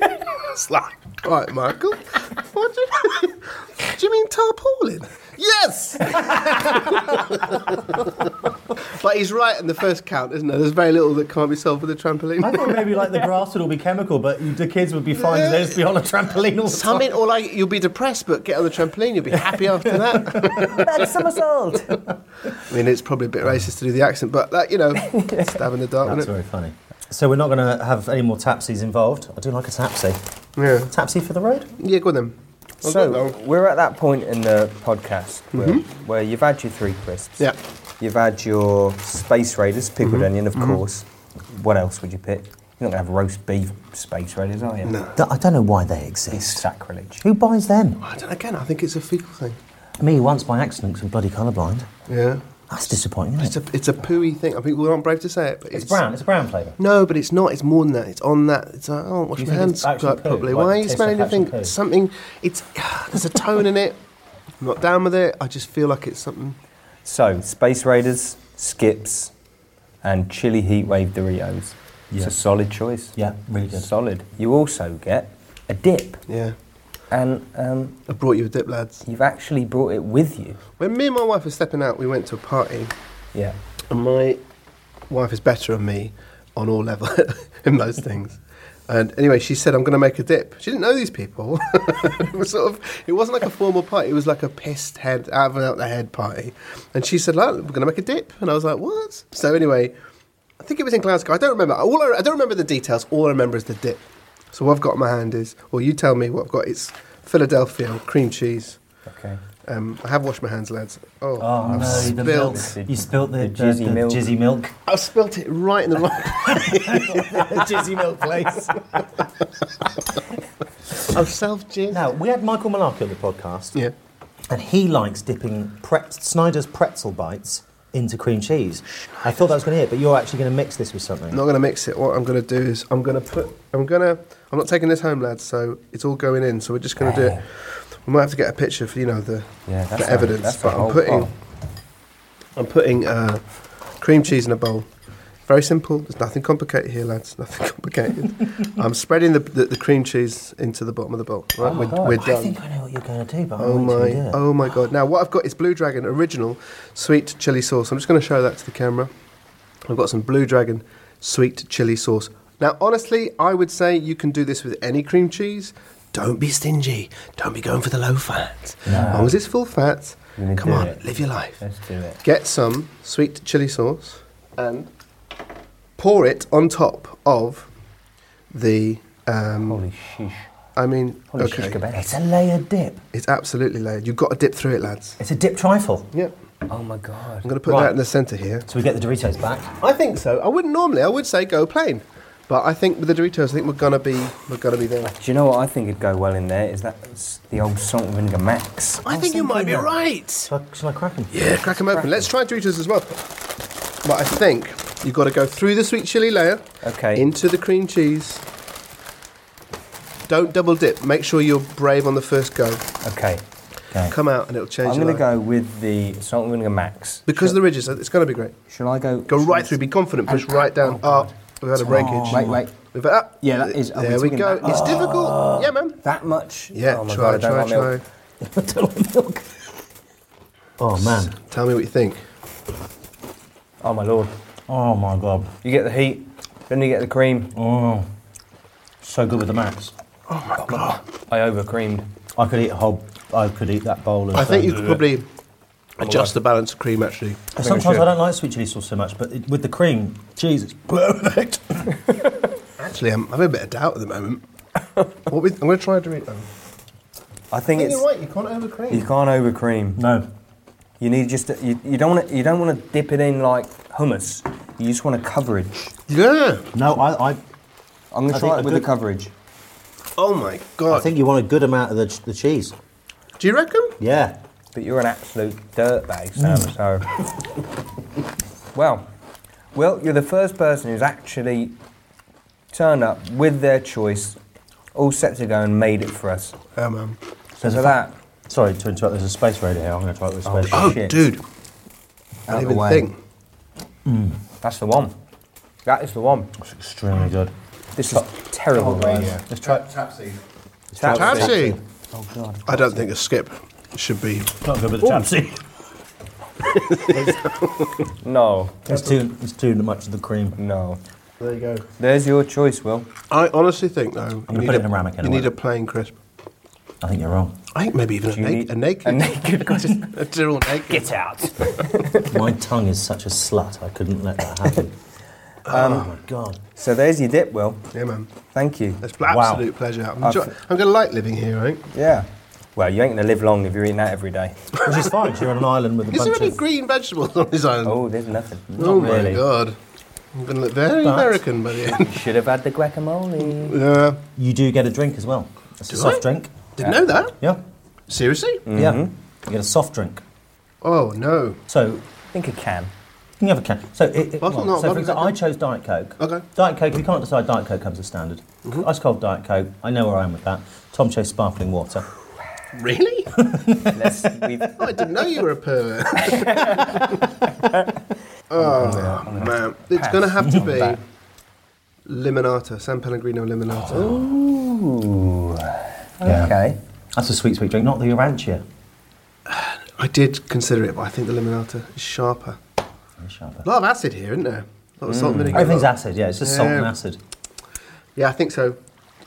Speaker 5: Slap. All right, Michael. What do you, do you mean tarpaulin? Yes! but he's right in the first count, isn't there? There's very little that can't be solved with a
Speaker 3: I
Speaker 5: trampoline.
Speaker 3: thought maybe like the grass would all be chemical, but you- the kids would be fine. They'd just be on a trampoline all the time.
Speaker 5: Something or like you'll be depressed, but get on the trampoline, you'll be happy after that.
Speaker 4: That's somersault.
Speaker 5: I mean, it's probably a bit racist to do the accent, but that, you know, stab in the dark.
Speaker 3: That's
Speaker 5: Isn't it?
Speaker 3: very funny. So we're not going to have any more tapsies involved. I do like a tapsy.
Speaker 5: Yeah.
Speaker 3: Tapsy for the road?
Speaker 5: Yeah, go on then. I'll do it now.
Speaker 4: So we're at that point in the podcast where,
Speaker 3: Mm-hmm.
Speaker 4: where you've had your three crisps.
Speaker 5: Yeah.
Speaker 4: You've had your space raiders, pickled
Speaker 3: Mm-hmm.
Speaker 4: onion, of course. What else would you pick? You're not gonna have roast beef space raiders, are you? No.
Speaker 3: Th- I don't know why they
Speaker 4: It's
Speaker 3: exist.
Speaker 4: sacrilege.
Speaker 3: Who buys them?
Speaker 5: I don't, again, I think it's a fecal thing.
Speaker 3: Me once by accident because I'm bloody colourblind.
Speaker 5: Yeah.
Speaker 3: That's disappointing, isn't
Speaker 5: It's
Speaker 3: it?
Speaker 5: a, it's a pooey thing. I people aren't brave to say it, but it's,
Speaker 3: It's brown. It's a brown flavour.
Speaker 5: No, but it's not. It's more than that. It's on that. It's like, oh, wash
Speaker 3: You
Speaker 5: my
Speaker 3: think
Speaker 5: hands
Speaker 3: it's actual
Speaker 5: quite
Speaker 3: poo,
Speaker 5: properly.
Speaker 3: like
Speaker 5: Why are
Speaker 3: it
Speaker 5: you
Speaker 3: tastes
Speaker 5: smelling
Speaker 3: like actual
Speaker 5: anything?
Speaker 3: poo?
Speaker 5: Something. It's there's a tone in it. I'm not down with it. I just feel like it's something.
Speaker 4: So space raiders, skips, and chili heatwave Doritos. It's
Speaker 3: Yeah.
Speaker 4: a solid choice.
Speaker 3: Yeah, really good.
Speaker 4: Solid. You also get a dip,
Speaker 5: Yeah.
Speaker 4: and um,
Speaker 5: I brought you a dip, lads.
Speaker 4: you've actually brought it with you.
Speaker 5: When me and my wife were stepping out, we went to a party,
Speaker 4: Yeah.
Speaker 5: and my wife is better than me on all levels in most things. And anyway, she said, "I'm going to make a dip." She didn't know these people. it was sort of, it wasn't like a formal party. It was like a pissed head out of the head party. And she said, "Look, we're going to make a dip," and I was like, "What?" So anyway, I think it was in Glasgow. I don't remember. All I, I don't remember the details. All I remember is the dip. So what I've got in my hand is, well, you tell me what I've got. It's Philadelphia cream cheese.
Speaker 4: Okay.
Speaker 5: Um, I have washed my hands, lads. Oh,
Speaker 3: Oh
Speaker 5: I've
Speaker 3: no, the
Speaker 5: spilt.
Speaker 3: milk. You spilt the,
Speaker 4: The
Speaker 3: the,
Speaker 4: jizzy
Speaker 3: the
Speaker 4: milk.
Speaker 3: jizzy milk.
Speaker 5: I've spilt it right in the wrong
Speaker 3: jizzy milk place.
Speaker 5: I've self jizzed.
Speaker 3: Now we had Michael Malarkey on the podcast.
Speaker 5: Yeah.
Speaker 3: and he likes dipping pret- Snyder's pretzel bites into cream cheese. I thought that was going to it, but you're actually going to mix this with something.
Speaker 5: I'm not going to mix it. What I'm going to do is I'm going to put. I'm going to. I'm not taking this home, lads. So it's all going in. So we're just going to do it. We might have to get a picture for you know the,
Speaker 4: Yeah, that's
Speaker 5: the
Speaker 4: a-
Speaker 5: evidence.
Speaker 4: that's a
Speaker 5: but I'm
Speaker 4: whole
Speaker 5: putting.
Speaker 4: pot.
Speaker 5: I'm putting uh, cream cheese in a bowl. Very simple. There's nothing complicated here, lads. Nothing complicated. I'm spreading the, the, the cream cheese into the bottom of the bowl. Right, we're, we're
Speaker 3: Oh, I
Speaker 5: done.
Speaker 3: think I know what you're going to do, but
Speaker 5: Oh
Speaker 3: I'm not
Speaker 5: my!
Speaker 3: going to do it.
Speaker 5: Oh my God! Now what I've got is Blue Dragon original sweet chili sauce. I'm just going to show that to the camera. I've got some Blue Dragon sweet chili sauce. Now, honestly, I would say you can do this with any cream cheese. Don't be stingy. Don't be going for the low fat. As long as it's full fat,
Speaker 4: need
Speaker 5: come
Speaker 4: to
Speaker 5: on,
Speaker 4: do it.
Speaker 5: live your life.
Speaker 4: Let's do it.
Speaker 5: Get some sweet chili sauce and pour it on top of the. Um,
Speaker 4: Holy sheesh.
Speaker 5: I mean,
Speaker 4: Holy
Speaker 5: okay,
Speaker 4: shish kebab.
Speaker 3: It's a layered dip.
Speaker 5: it's absolutely layered. You've got to dip through it, lads.
Speaker 3: It's a dip trifle.
Speaker 5: Yep.
Speaker 4: Oh my god.
Speaker 5: I'm going to put
Speaker 3: Right.
Speaker 5: that in the centre here.
Speaker 3: So we get the Doritos back.
Speaker 5: I think so. I wouldn't normally. I would say go plain, but I think with the Doritos, I think we're gonna be we're gonna be there.
Speaker 4: Do you know what I think would go well in there? Is that s- the old salt and vinegar max?
Speaker 5: I think you might be right.
Speaker 3: Shall I, shall I crack them?
Speaker 5: Yeah, crack them open. Let's try Doritos as well. But I think you've got to go through the sweet chili layer,
Speaker 4: Okay.
Speaker 5: into the cream cheese. Don't double dip. Make sure you're brave on the first go.
Speaker 4: Okay.
Speaker 5: Come out and it'll change.
Speaker 4: I'm
Speaker 5: your
Speaker 4: going to
Speaker 5: life.
Speaker 4: go with the salt and vinegar max.
Speaker 5: because of the ridges. It's gonna be great.
Speaker 4: Shall I go?
Speaker 5: Go
Speaker 4: shall
Speaker 5: right
Speaker 4: I-
Speaker 5: through. Be confident. Push
Speaker 4: And-
Speaker 5: right down.
Speaker 4: oh,
Speaker 5: Ah, we've had a breakage.
Speaker 4: Wait, wait.
Speaker 5: We've had, ah,
Speaker 4: Yeah, that is- are we
Speaker 5: There we
Speaker 4: talking
Speaker 5: go.
Speaker 4: about-
Speaker 5: It's difficult. Yeah, man.
Speaker 4: That much?
Speaker 5: Yeah,
Speaker 4: Oh my
Speaker 5: try,
Speaker 4: God, I don't
Speaker 5: try,
Speaker 4: like milk.
Speaker 5: try.
Speaker 3: I don't like milk. Oh man.
Speaker 5: Tell me what you think.
Speaker 4: Oh my lord.
Speaker 3: Oh my god.
Speaker 4: You get the heat, then you get the cream.
Speaker 3: Oh. So good with the max.
Speaker 4: I over creamed.
Speaker 3: I could eat a whole. I could eat that bowl. Of,
Speaker 5: I think
Speaker 3: um,
Speaker 5: you could probably adjust the balance of cream actually.
Speaker 3: Sometimes
Speaker 4: should.
Speaker 3: I don't like sweet chili sauce so much, but it, with the cream, jeez, it's perfect.
Speaker 5: Actually, I'm having a bit of doubt at the moment. what we, I'm going to try a drink though.
Speaker 4: I think it's.
Speaker 5: You're right, you can't overcream.
Speaker 4: You can't over cream.
Speaker 3: no,
Speaker 4: You need just. to- You, you don't want to. You don't want to dip it in like hummus. You just want a coverage.
Speaker 5: Yeah.
Speaker 3: no, I, I,
Speaker 4: I'm gonna
Speaker 3: I think
Speaker 4: try
Speaker 3: a
Speaker 4: it with
Speaker 3: good-
Speaker 4: a coverage.
Speaker 5: Oh my
Speaker 3: I
Speaker 5: god.
Speaker 3: think you want a good amount of the, ch- the cheese.
Speaker 5: Do you reckon?
Speaker 3: Yeah.
Speaker 4: But you're an absolute dirtbag, Sam.
Speaker 5: Mm.
Speaker 4: So, well, well, you're the first person who's actually turned up with their choice, all set to go, and made it for us.
Speaker 5: Yeah, man.
Speaker 4: So for that,
Speaker 3: Sorry to interrupt. There's a space raider here. I'm going to try it with
Speaker 4: Oh,
Speaker 3: space.
Speaker 5: Oh,
Speaker 4: Shit.
Speaker 5: dude. I
Speaker 4: out
Speaker 5: don't
Speaker 4: the
Speaker 5: even
Speaker 4: way.
Speaker 5: think.
Speaker 4: That's the one. That is the one.
Speaker 3: It's extremely good.
Speaker 4: This is terrible, guys.
Speaker 7: Let's try Tapsy.
Speaker 4: Tap seed.
Speaker 5: Actually,
Speaker 4: Oh god.
Speaker 5: I don't think a skip should be.
Speaker 3: Not good with the chapsy.
Speaker 4: No,
Speaker 3: It's too. It's too much of the cream.
Speaker 4: no.
Speaker 5: There you go.
Speaker 4: There's your choice, Will.
Speaker 5: I honestly think though.
Speaker 3: I'm
Speaker 5: you
Speaker 3: gonna
Speaker 5: need
Speaker 3: put it in a ramekin,
Speaker 5: You
Speaker 3: I
Speaker 5: need a
Speaker 3: won't.
Speaker 5: plain crisp.
Speaker 3: I think you're wrong.
Speaker 5: I think maybe even a,
Speaker 4: You
Speaker 5: na-
Speaker 4: need
Speaker 5: a naked.
Speaker 4: A naked crisp.
Speaker 5: a dual naked.
Speaker 4: Get out.
Speaker 3: My tongue is such a slut. I couldn't let that happen. oh my god.
Speaker 4: So there's your dip, Will.
Speaker 5: Yeah, man.
Speaker 4: Thank you.
Speaker 5: It's an
Speaker 3: Wow.
Speaker 5: absolute pleasure. I'm,
Speaker 4: I've-
Speaker 5: enjoy- I'm going to like living here, right?
Speaker 4: Yeah. Well, you ain't gonna live long if you're eating that every day.
Speaker 3: Which is fine. 'cause You're on an island with a
Speaker 5: Is
Speaker 3: bunch
Speaker 5: there any
Speaker 3: of.
Speaker 5: green vegetables on this island?
Speaker 4: Oh, there's nothing.
Speaker 5: Oh my
Speaker 3: really.
Speaker 5: god. I'm going to look very
Speaker 3: But-
Speaker 5: American by the end.
Speaker 4: Should have had the guacamole.
Speaker 5: Yeah.
Speaker 3: You do get a drink as well. It's a
Speaker 5: Do
Speaker 3: soft
Speaker 5: I? Mm-hmm.
Speaker 3: drink.
Speaker 5: Didn't know that.
Speaker 3: Yeah. Mm.
Speaker 5: Seriously?
Speaker 3: Yeah. You get a soft drink.
Speaker 5: Oh no.
Speaker 3: So
Speaker 4: I think a can.
Speaker 3: You can have a can. So, it, it,
Speaker 5: Well,
Speaker 3: well,
Speaker 5: no,
Speaker 3: so
Speaker 5: what
Speaker 3: for
Speaker 5: is
Speaker 3: example,
Speaker 5: it?
Speaker 3: I chose Diet Coke.
Speaker 5: Okay. Mm-hmm.
Speaker 3: Diet Coke, if you can't decide, Diet Coke comes as standard. Ice cold Diet Coke, I know where I am with that. Tom chose sparkling water.
Speaker 5: Really? Oh,
Speaker 4: Let's, we've,
Speaker 5: I didn't know you were a pervert. oh man, it's going to have to be limonata, San Pellegrino limonata.
Speaker 3: Oh.
Speaker 4: ooh.
Speaker 3: Yeah.
Speaker 4: Okay.
Speaker 3: That's a sweet, sweet drink, not the Urantia.
Speaker 5: I did consider it, but I think the limonata is sharper. A lot of acid here, isn't there? A lot of
Speaker 4: Mm.
Speaker 5: salt and vinegar.
Speaker 3: Everything's
Speaker 5: a lot of-
Speaker 3: acid, yeah, it's just salt and
Speaker 5: Yeah.
Speaker 3: acid.
Speaker 5: Yeah, I think so.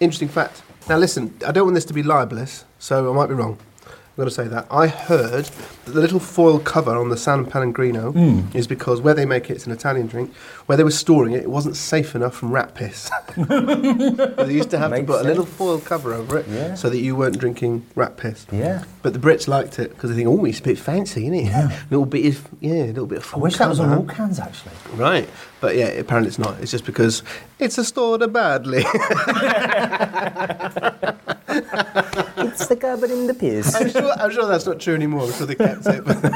Speaker 5: Interesting fact. Now listen, I don't want this to be libelous, so I might be wrong. I'm going to say that. I heard that the little foil cover on the San Pellegrino
Speaker 4: Mm.
Speaker 5: is because where they make it, it's an Italian drink, where they were storing it, it wasn't safe enough from rat piss. they used to have to
Speaker 4: Makes
Speaker 5: put a little
Speaker 4: sense.
Speaker 5: foil cover over it
Speaker 4: Yeah.
Speaker 5: so that you weren't drinking rat piss.
Speaker 4: Yeah.
Speaker 5: But the Brits liked it because they think, oh, it's a bit fancy, isn't it?
Speaker 3: Yeah.
Speaker 5: little bit of, yeah, little bit of
Speaker 3: I
Speaker 5: foil
Speaker 3: wish that was on
Speaker 5: cover.
Speaker 3: all cans, actually.
Speaker 5: Right. But yeah, apparently it's not. It's just because it's a stored badly.
Speaker 4: It's the covered in the piss.
Speaker 5: I'm sure, I'm sure that's not true anymore. I'm sure they kept it. But The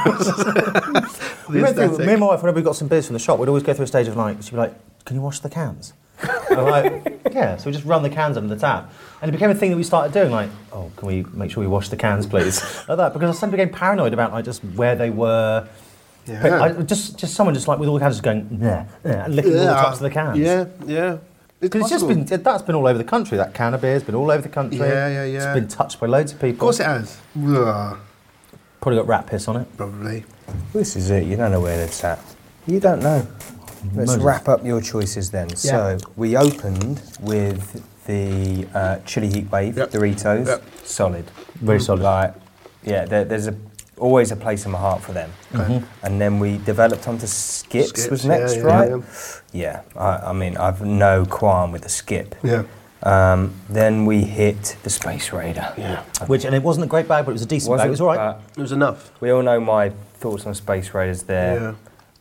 Speaker 3: We went through,
Speaker 5: aesthetic.
Speaker 3: me and my wife, whenever we got some beers from the shop, we'd always go through a stage of like, she'd be like, can you wash the cans? I'm like, yeah, so we just run the cans under the tap. And it became a thing that we started doing, like, oh, can we make sure we wash the cans, please? like that, because I suddenly became paranoid about like just where they were.
Speaker 5: Yeah.
Speaker 3: But I, just, just someone just like with all the cans just going, nah, nah, and licking all the tops of the cans.
Speaker 5: Yeah, yeah.
Speaker 3: Because it's just
Speaker 5: possible.
Speaker 3: been, that's been all over the country. That can of beer's been all over the country.
Speaker 5: Yeah, yeah, yeah.
Speaker 3: It's been touched by loads of people.
Speaker 5: Of course it has. Ugh,
Speaker 3: Probably got rat piss on it.
Speaker 5: probably.
Speaker 4: This is it. You don't know where it's at. You don't know. Let's
Speaker 3: Moses.
Speaker 4: wrap up your choices then. So we opened with the uh, chili heat wave
Speaker 5: Yep.
Speaker 4: Doritos.
Speaker 5: Yep.
Speaker 4: Solid.
Speaker 3: Very
Speaker 5: Hmm.
Speaker 3: solid.
Speaker 4: Like, yeah, there, there's a, always a place in my heart for them.
Speaker 3: Mm-hmm.
Speaker 4: And then we developed onto skips,
Speaker 5: Skips,
Speaker 4: was
Speaker 5: yeah,
Speaker 4: next,
Speaker 5: yeah,
Speaker 4: right?
Speaker 5: yeah.
Speaker 4: Yeah. I, I mean, I've no qualm with the skip.
Speaker 5: Yeah.
Speaker 4: Um, then we hit the Space Raider.
Speaker 5: Yeah.
Speaker 3: Which, and it wasn't a great bag, but it was a decent bag. It was all right.
Speaker 4: but
Speaker 5: It was enough.
Speaker 4: we all know my thoughts on Space Raiders there.
Speaker 5: Yeah.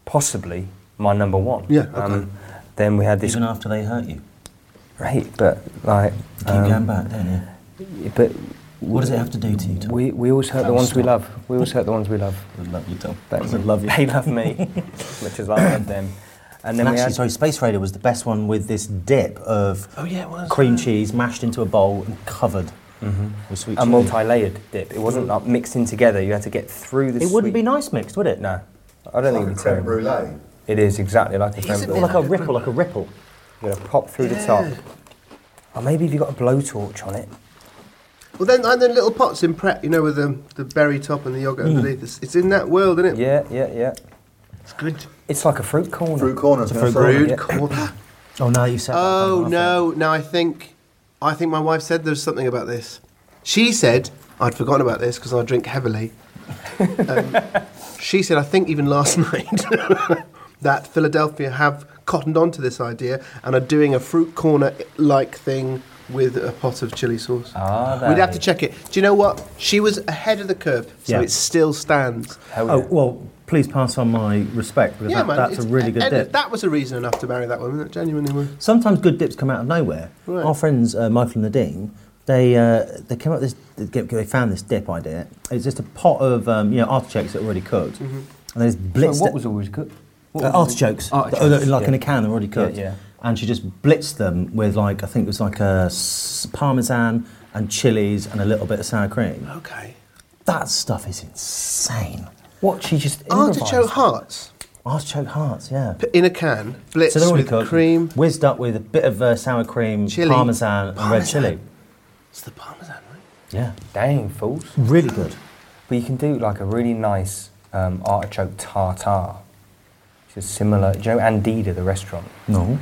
Speaker 4: Possibly my number one. Um,
Speaker 5: Yeah, okay.
Speaker 4: then we had this
Speaker 3: Even after they hurt you.
Speaker 4: right, but like,
Speaker 3: Keep going
Speaker 4: um,
Speaker 3: back, don't you?
Speaker 4: but
Speaker 3: What does it have to do to you, Tom?
Speaker 4: we, we always hurt the ones we
Speaker 3: Stop.
Speaker 4: love. We always hurt the ones we love.
Speaker 3: I love you, Tom.
Speaker 4: They, they love me, as much as I love them. And then
Speaker 3: And
Speaker 4: we
Speaker 3: actually,
Speaker 4: had
Speaker 3: sorry, Space Raider was the best one with this dip of
Speaker 5: Oh, yeah, it was.
Speaker 3: cream cheese mashed into a bowl and covered with sweet
Speaker 4: a
Speaker 3: chili.
Speaker 4: multi-layered dip. It wasn't like mixed in together. You had to get through the.
Speaker 3: It wouldn't be
Speaker 4: sweet-
Speaker 3: nice mixed, would it?
Speaker 4: No, I don't think
Speaker 7: Like a
Speaker 4: it's
Speaker 7: creme
Speaker 4: terrible.
Speaker 7: brulee.
Speaker 4: It is exactly like a creme
Speaker 5: Isn't
Speaker 4: brulee.
Speaker 5: it
Speaker 3: Like a ripple, like a ripple.
Speaker 4: Oh, You're gonna pop through the top. Or maybe if you've got a blowtorch on it.
Speaker 5: Well, then, and then little pots in prep, you know, with the, the berry top and the yogurt underneath. It's, it's in that world, isn't it?
Speaker 4: Yeah, yeah, yeah.
Speaker 5: It's good.
Speaker 4: It's like a fruit corner.
Speaker 7: Fruit corner. It's a
Speaker 4: fruit corner,
Speaker 5: Rude
Speaker 4: yeah.
Speaker 5: corner.
Speaker 3: Oh, now you said that.
Speaker 5: Oh
Speaker 3: Don't laugh
Speaker 5: no, no! I think, I think my wife said there's something about this. She said I'd forgotten about this because I drink heavily. Um, she said I think even last night that Philadelphia have cottoned on to this idea and are doing a fruit corner like thing with a pot of chili sauce.
Speaker 3: Ah,
Speaker 4: Are
Speaker 5: We'd have
Speaker 4: they?
Speaker 5: to check it. Do you know what? She was ahead of the curve, so
Speaker 3: Yeah.
Speaker 5: it still stands.
Speaker 4: Hell
Speaker 3: Oh
Speaker 4: yeah.
Speaker 3: well, please pass on my respect because
Speaker 5: yeah,
Speaker 3: that,
Speaker 5: man,
Speaker 3: that's
Speaker 5: it's-
Speaker 3: a really good
Speaker 5: and
Speaker 3: dip.
Speaker 5: That was a reason enough to marry that woman. That genuinely was.
Speaker 3: Sometimes good dips come out of nowhere.
Speaker 5: Right.
Speaker 3: Our friends uh, Michael and Nadine, they uh, they came up with this. They they found this dip idea. It's just a pot of um, you know artichokes that were already cooked,
Speaker 5: Mm-hmm.
Speaker 3: and they just blitzed
Speaker 4: So what
Speaker 3: it-
Speaker 4: was always good? What
Speaker 3: uh,
Speaker 4: was always-
Speaker 3: artichokes,
Speaker 4: Artichokes,
Speaker 3: that- like in a
Speaker 4: yeah.
Speaker 3: can, they're already cooked.
Speaker 4: Yeah, yeah.
Speaker 3: And she just blitzed them with like I think it was like a s- parmesan and chilies and a little bit of sour cream.
Speaker 5: Okay.
Speaker 3: That stuff is insane.
Speaker 4: What she just improvised.
Speaker 5: Artichoke hearts
Speaker 3: Artichoke hearts, yeah.
Speaker 5: p- in a can, blitzed
Speaker 3: So they're already
Speaker 5: with
Speaker 3: cooked,
Speaker 5: cream.
Speaker 3: whizzed up with a bit of uh, sour cream,
Speaker 5: Chili.
Speaker 3: parmesan, and red
Speaker 5: Parmesan.
Speaker 3: chili.
Speaker 5: It's the parmesan, right?
Speaker 3: Yeah,
Speaker 4: Dang fools!
Speaker 3: really good.
Speaker 4: But you can do like a really nice um, artichoke tartare. It's similar. Do you know Andida, the restaurant?
Speaker 3: No,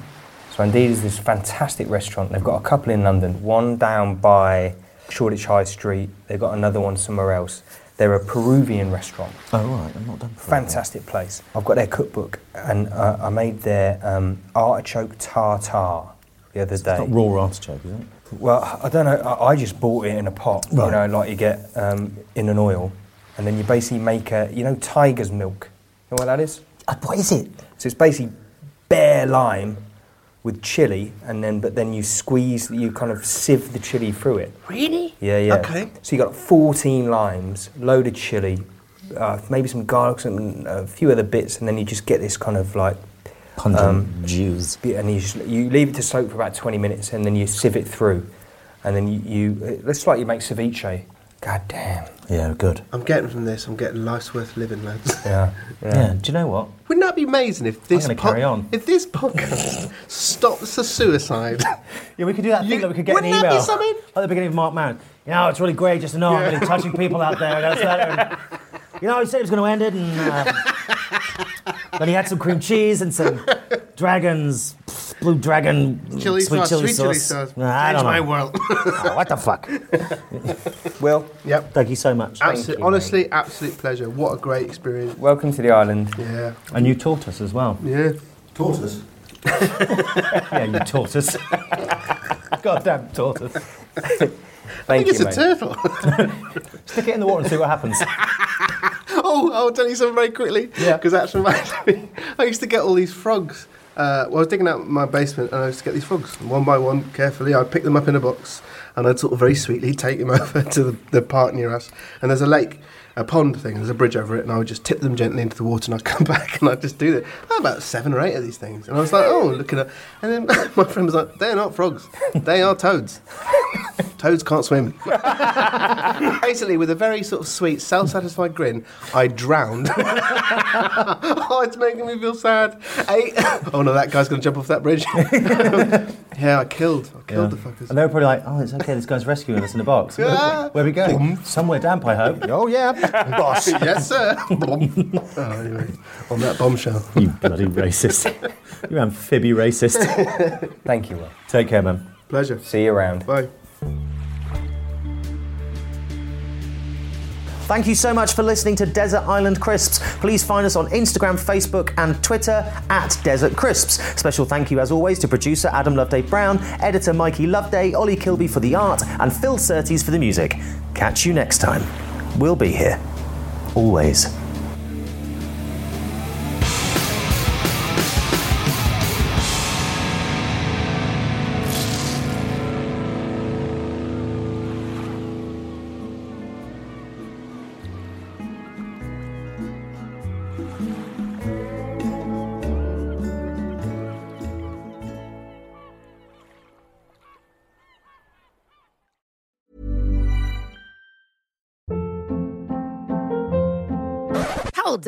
Speaker 4: So Andida's this fantastic restaurant. They've got a couple in London, one down by Shoreditch High Street. They've got another one somewhere else. They're a Peruvian restaurant.
Speaker 3: oh right, I'm not done. for it.
Speaker 4: Fantastic place. I've got their cookbook and uh, I made their um, artichoke tartare the other day.
Speaker 3: It's not raw artichoke, is it?
Speaker 4: Well, I don't know. I, I just bought it in a pot, you
Speaker 3: Right.
Speaker 4: know, like you get um, in an oil, and then you basically make a, you know, tiger's milk. You know what that is?
Speaker 3: Uh, what is it?
Speaker 4: So it's basically bare lime with chili, and then but then you squeeze, you kind of sieve the chili through it.
Speaker 5: Really?
Speaker 4: Yeah, yeah.
Speaker 5: Okay.
Speaker 4: So you got 14 limes, load of chili, uh, maybe some garlic, some a few other bits, and then you just get this kind of like
Speaker 3: Pungent
Speaker 4: Um,
Speaker 3: juice.
Speaker 4: yeah, and you, just, you leave it to soak for about 20 minutes and then you sieve it through. And then you, you it looks like you make ceviche. God damn.
Speaker 3: Yeah, good.
Speaker 5: I'm getting from this. I'm getting life's worth living, lads.
Speaker 4: Yeah.
Speaker 3: Yeah. Do you know what?
Speaker 5: Wouldn't that be amazing if this
Speaker 3: gonna carry on.
Speaker 5: if this podcast stops the suicide?
Speaker 3: Yeah, we could do that
Speaker 5: You-
Speaker 3: thing that we could get an
Speaker 5: wouldn't
Speaker 3: email
Speaker 5: that be something?
Speaker 3: at the beginning of Mark Mann. You know, it's really great just to know I'm really touching people out there. And I was like, you know, he said he was going to end it, and uh, then he had some cream cheese and some dragons, blue dragon
Speaker 5: chili
Speaker 3: sweet
Speaker 5: sauce,
Speaker 3: chili
Speaker 5: sweet chili
Speaker 3: sauce.
Speaker 5: sauce.
Speaker 3: Nah, I
Speaker 5: Change
Speaker 3: don't
Speaker 5: my
Speaker 3: know.
Speaker 5: world.
Speaker 3: Oh, what the fuck?
Speaker 4: Well,
Speaker 5: yep.
Speaker 3: Thank you so much.
Speaker 5: Absolute,
Speaker 4: you,
Speaker 5: honestly, absolute pleasure. What a great experience.
Speaker 4: welcome to the island.
Speaker 5: Yeah.
Speaker 3: And you taught us as well.
Speaker 5: Yeah.
Speaker 7: Tortoise.
Speaker 3: Yeah, you taught us. Goddamn taught us.
Speaker 5: I
Speaker 4: Thank
Speaker 5: think it's
Speaker 4: you,
Speaker 5: a
Speaker 4: mate.
Speaker 5: turtle.
Speaker 3: Stick it in the water and see what happens.
Speaker 5: oh, I'll tell you something very quickly.
Speaker 3: Yeah.
Speaker 5: Because that's reminds me. I used to get all these frogs. Uh, well, I was digging out my basement and I used to get these frogs. And one by one, carefully, I'd pick them up in a box and I'd sort of very sweetly take them over to the, the park near us. And there's a lake, a pond thing, there's a bridge over it, and I would just tip them gently into the water and I'd come back and I'd just do that. I had about seven or eight of these things. And I was like, oh, looking at. And then my friend was like, they're not frogs, they are toads. Toads can't swim. Basically, with a very sort of sweet, self-satisfied grin, I drowned. oh, it's making me feel sad. Eight. Oh no, that guy's going to jump off that bridge. yeah, I killed. I killed the fuckers.
Speaker 3: And they were probably like, oh, it's okay, this guy's rescuing us in a box.
Speaker 5: Yeah.
Speaker 3: Where are we going? Somewhere damp, I hope. oh, yeah.
Speaker 5: Boss. yes, sir. Blom. oh, anyway, on that bombshell.
Speaker 3: you bloody racist. you amphibia racist.
Speaker 4: Thank you, Will.
Speaker 3: Take care, man.
Speaker 5: Pleasure.
Speaker 4: See you around.
Speaker 5: Bye.
Speaker 3: Thank you so much for listening to Desert Island Crisps. Please find us on Instagram, Facebook, and Twitter at Desert Crisps. Special thank you, as always, to producer Adam Loveday Brown, editor Mikey Loveday, Ollie Kilby for the art, and Phil Surtees for the music. Catch you next time. We'll be here. Always.
Speaker 8: Hold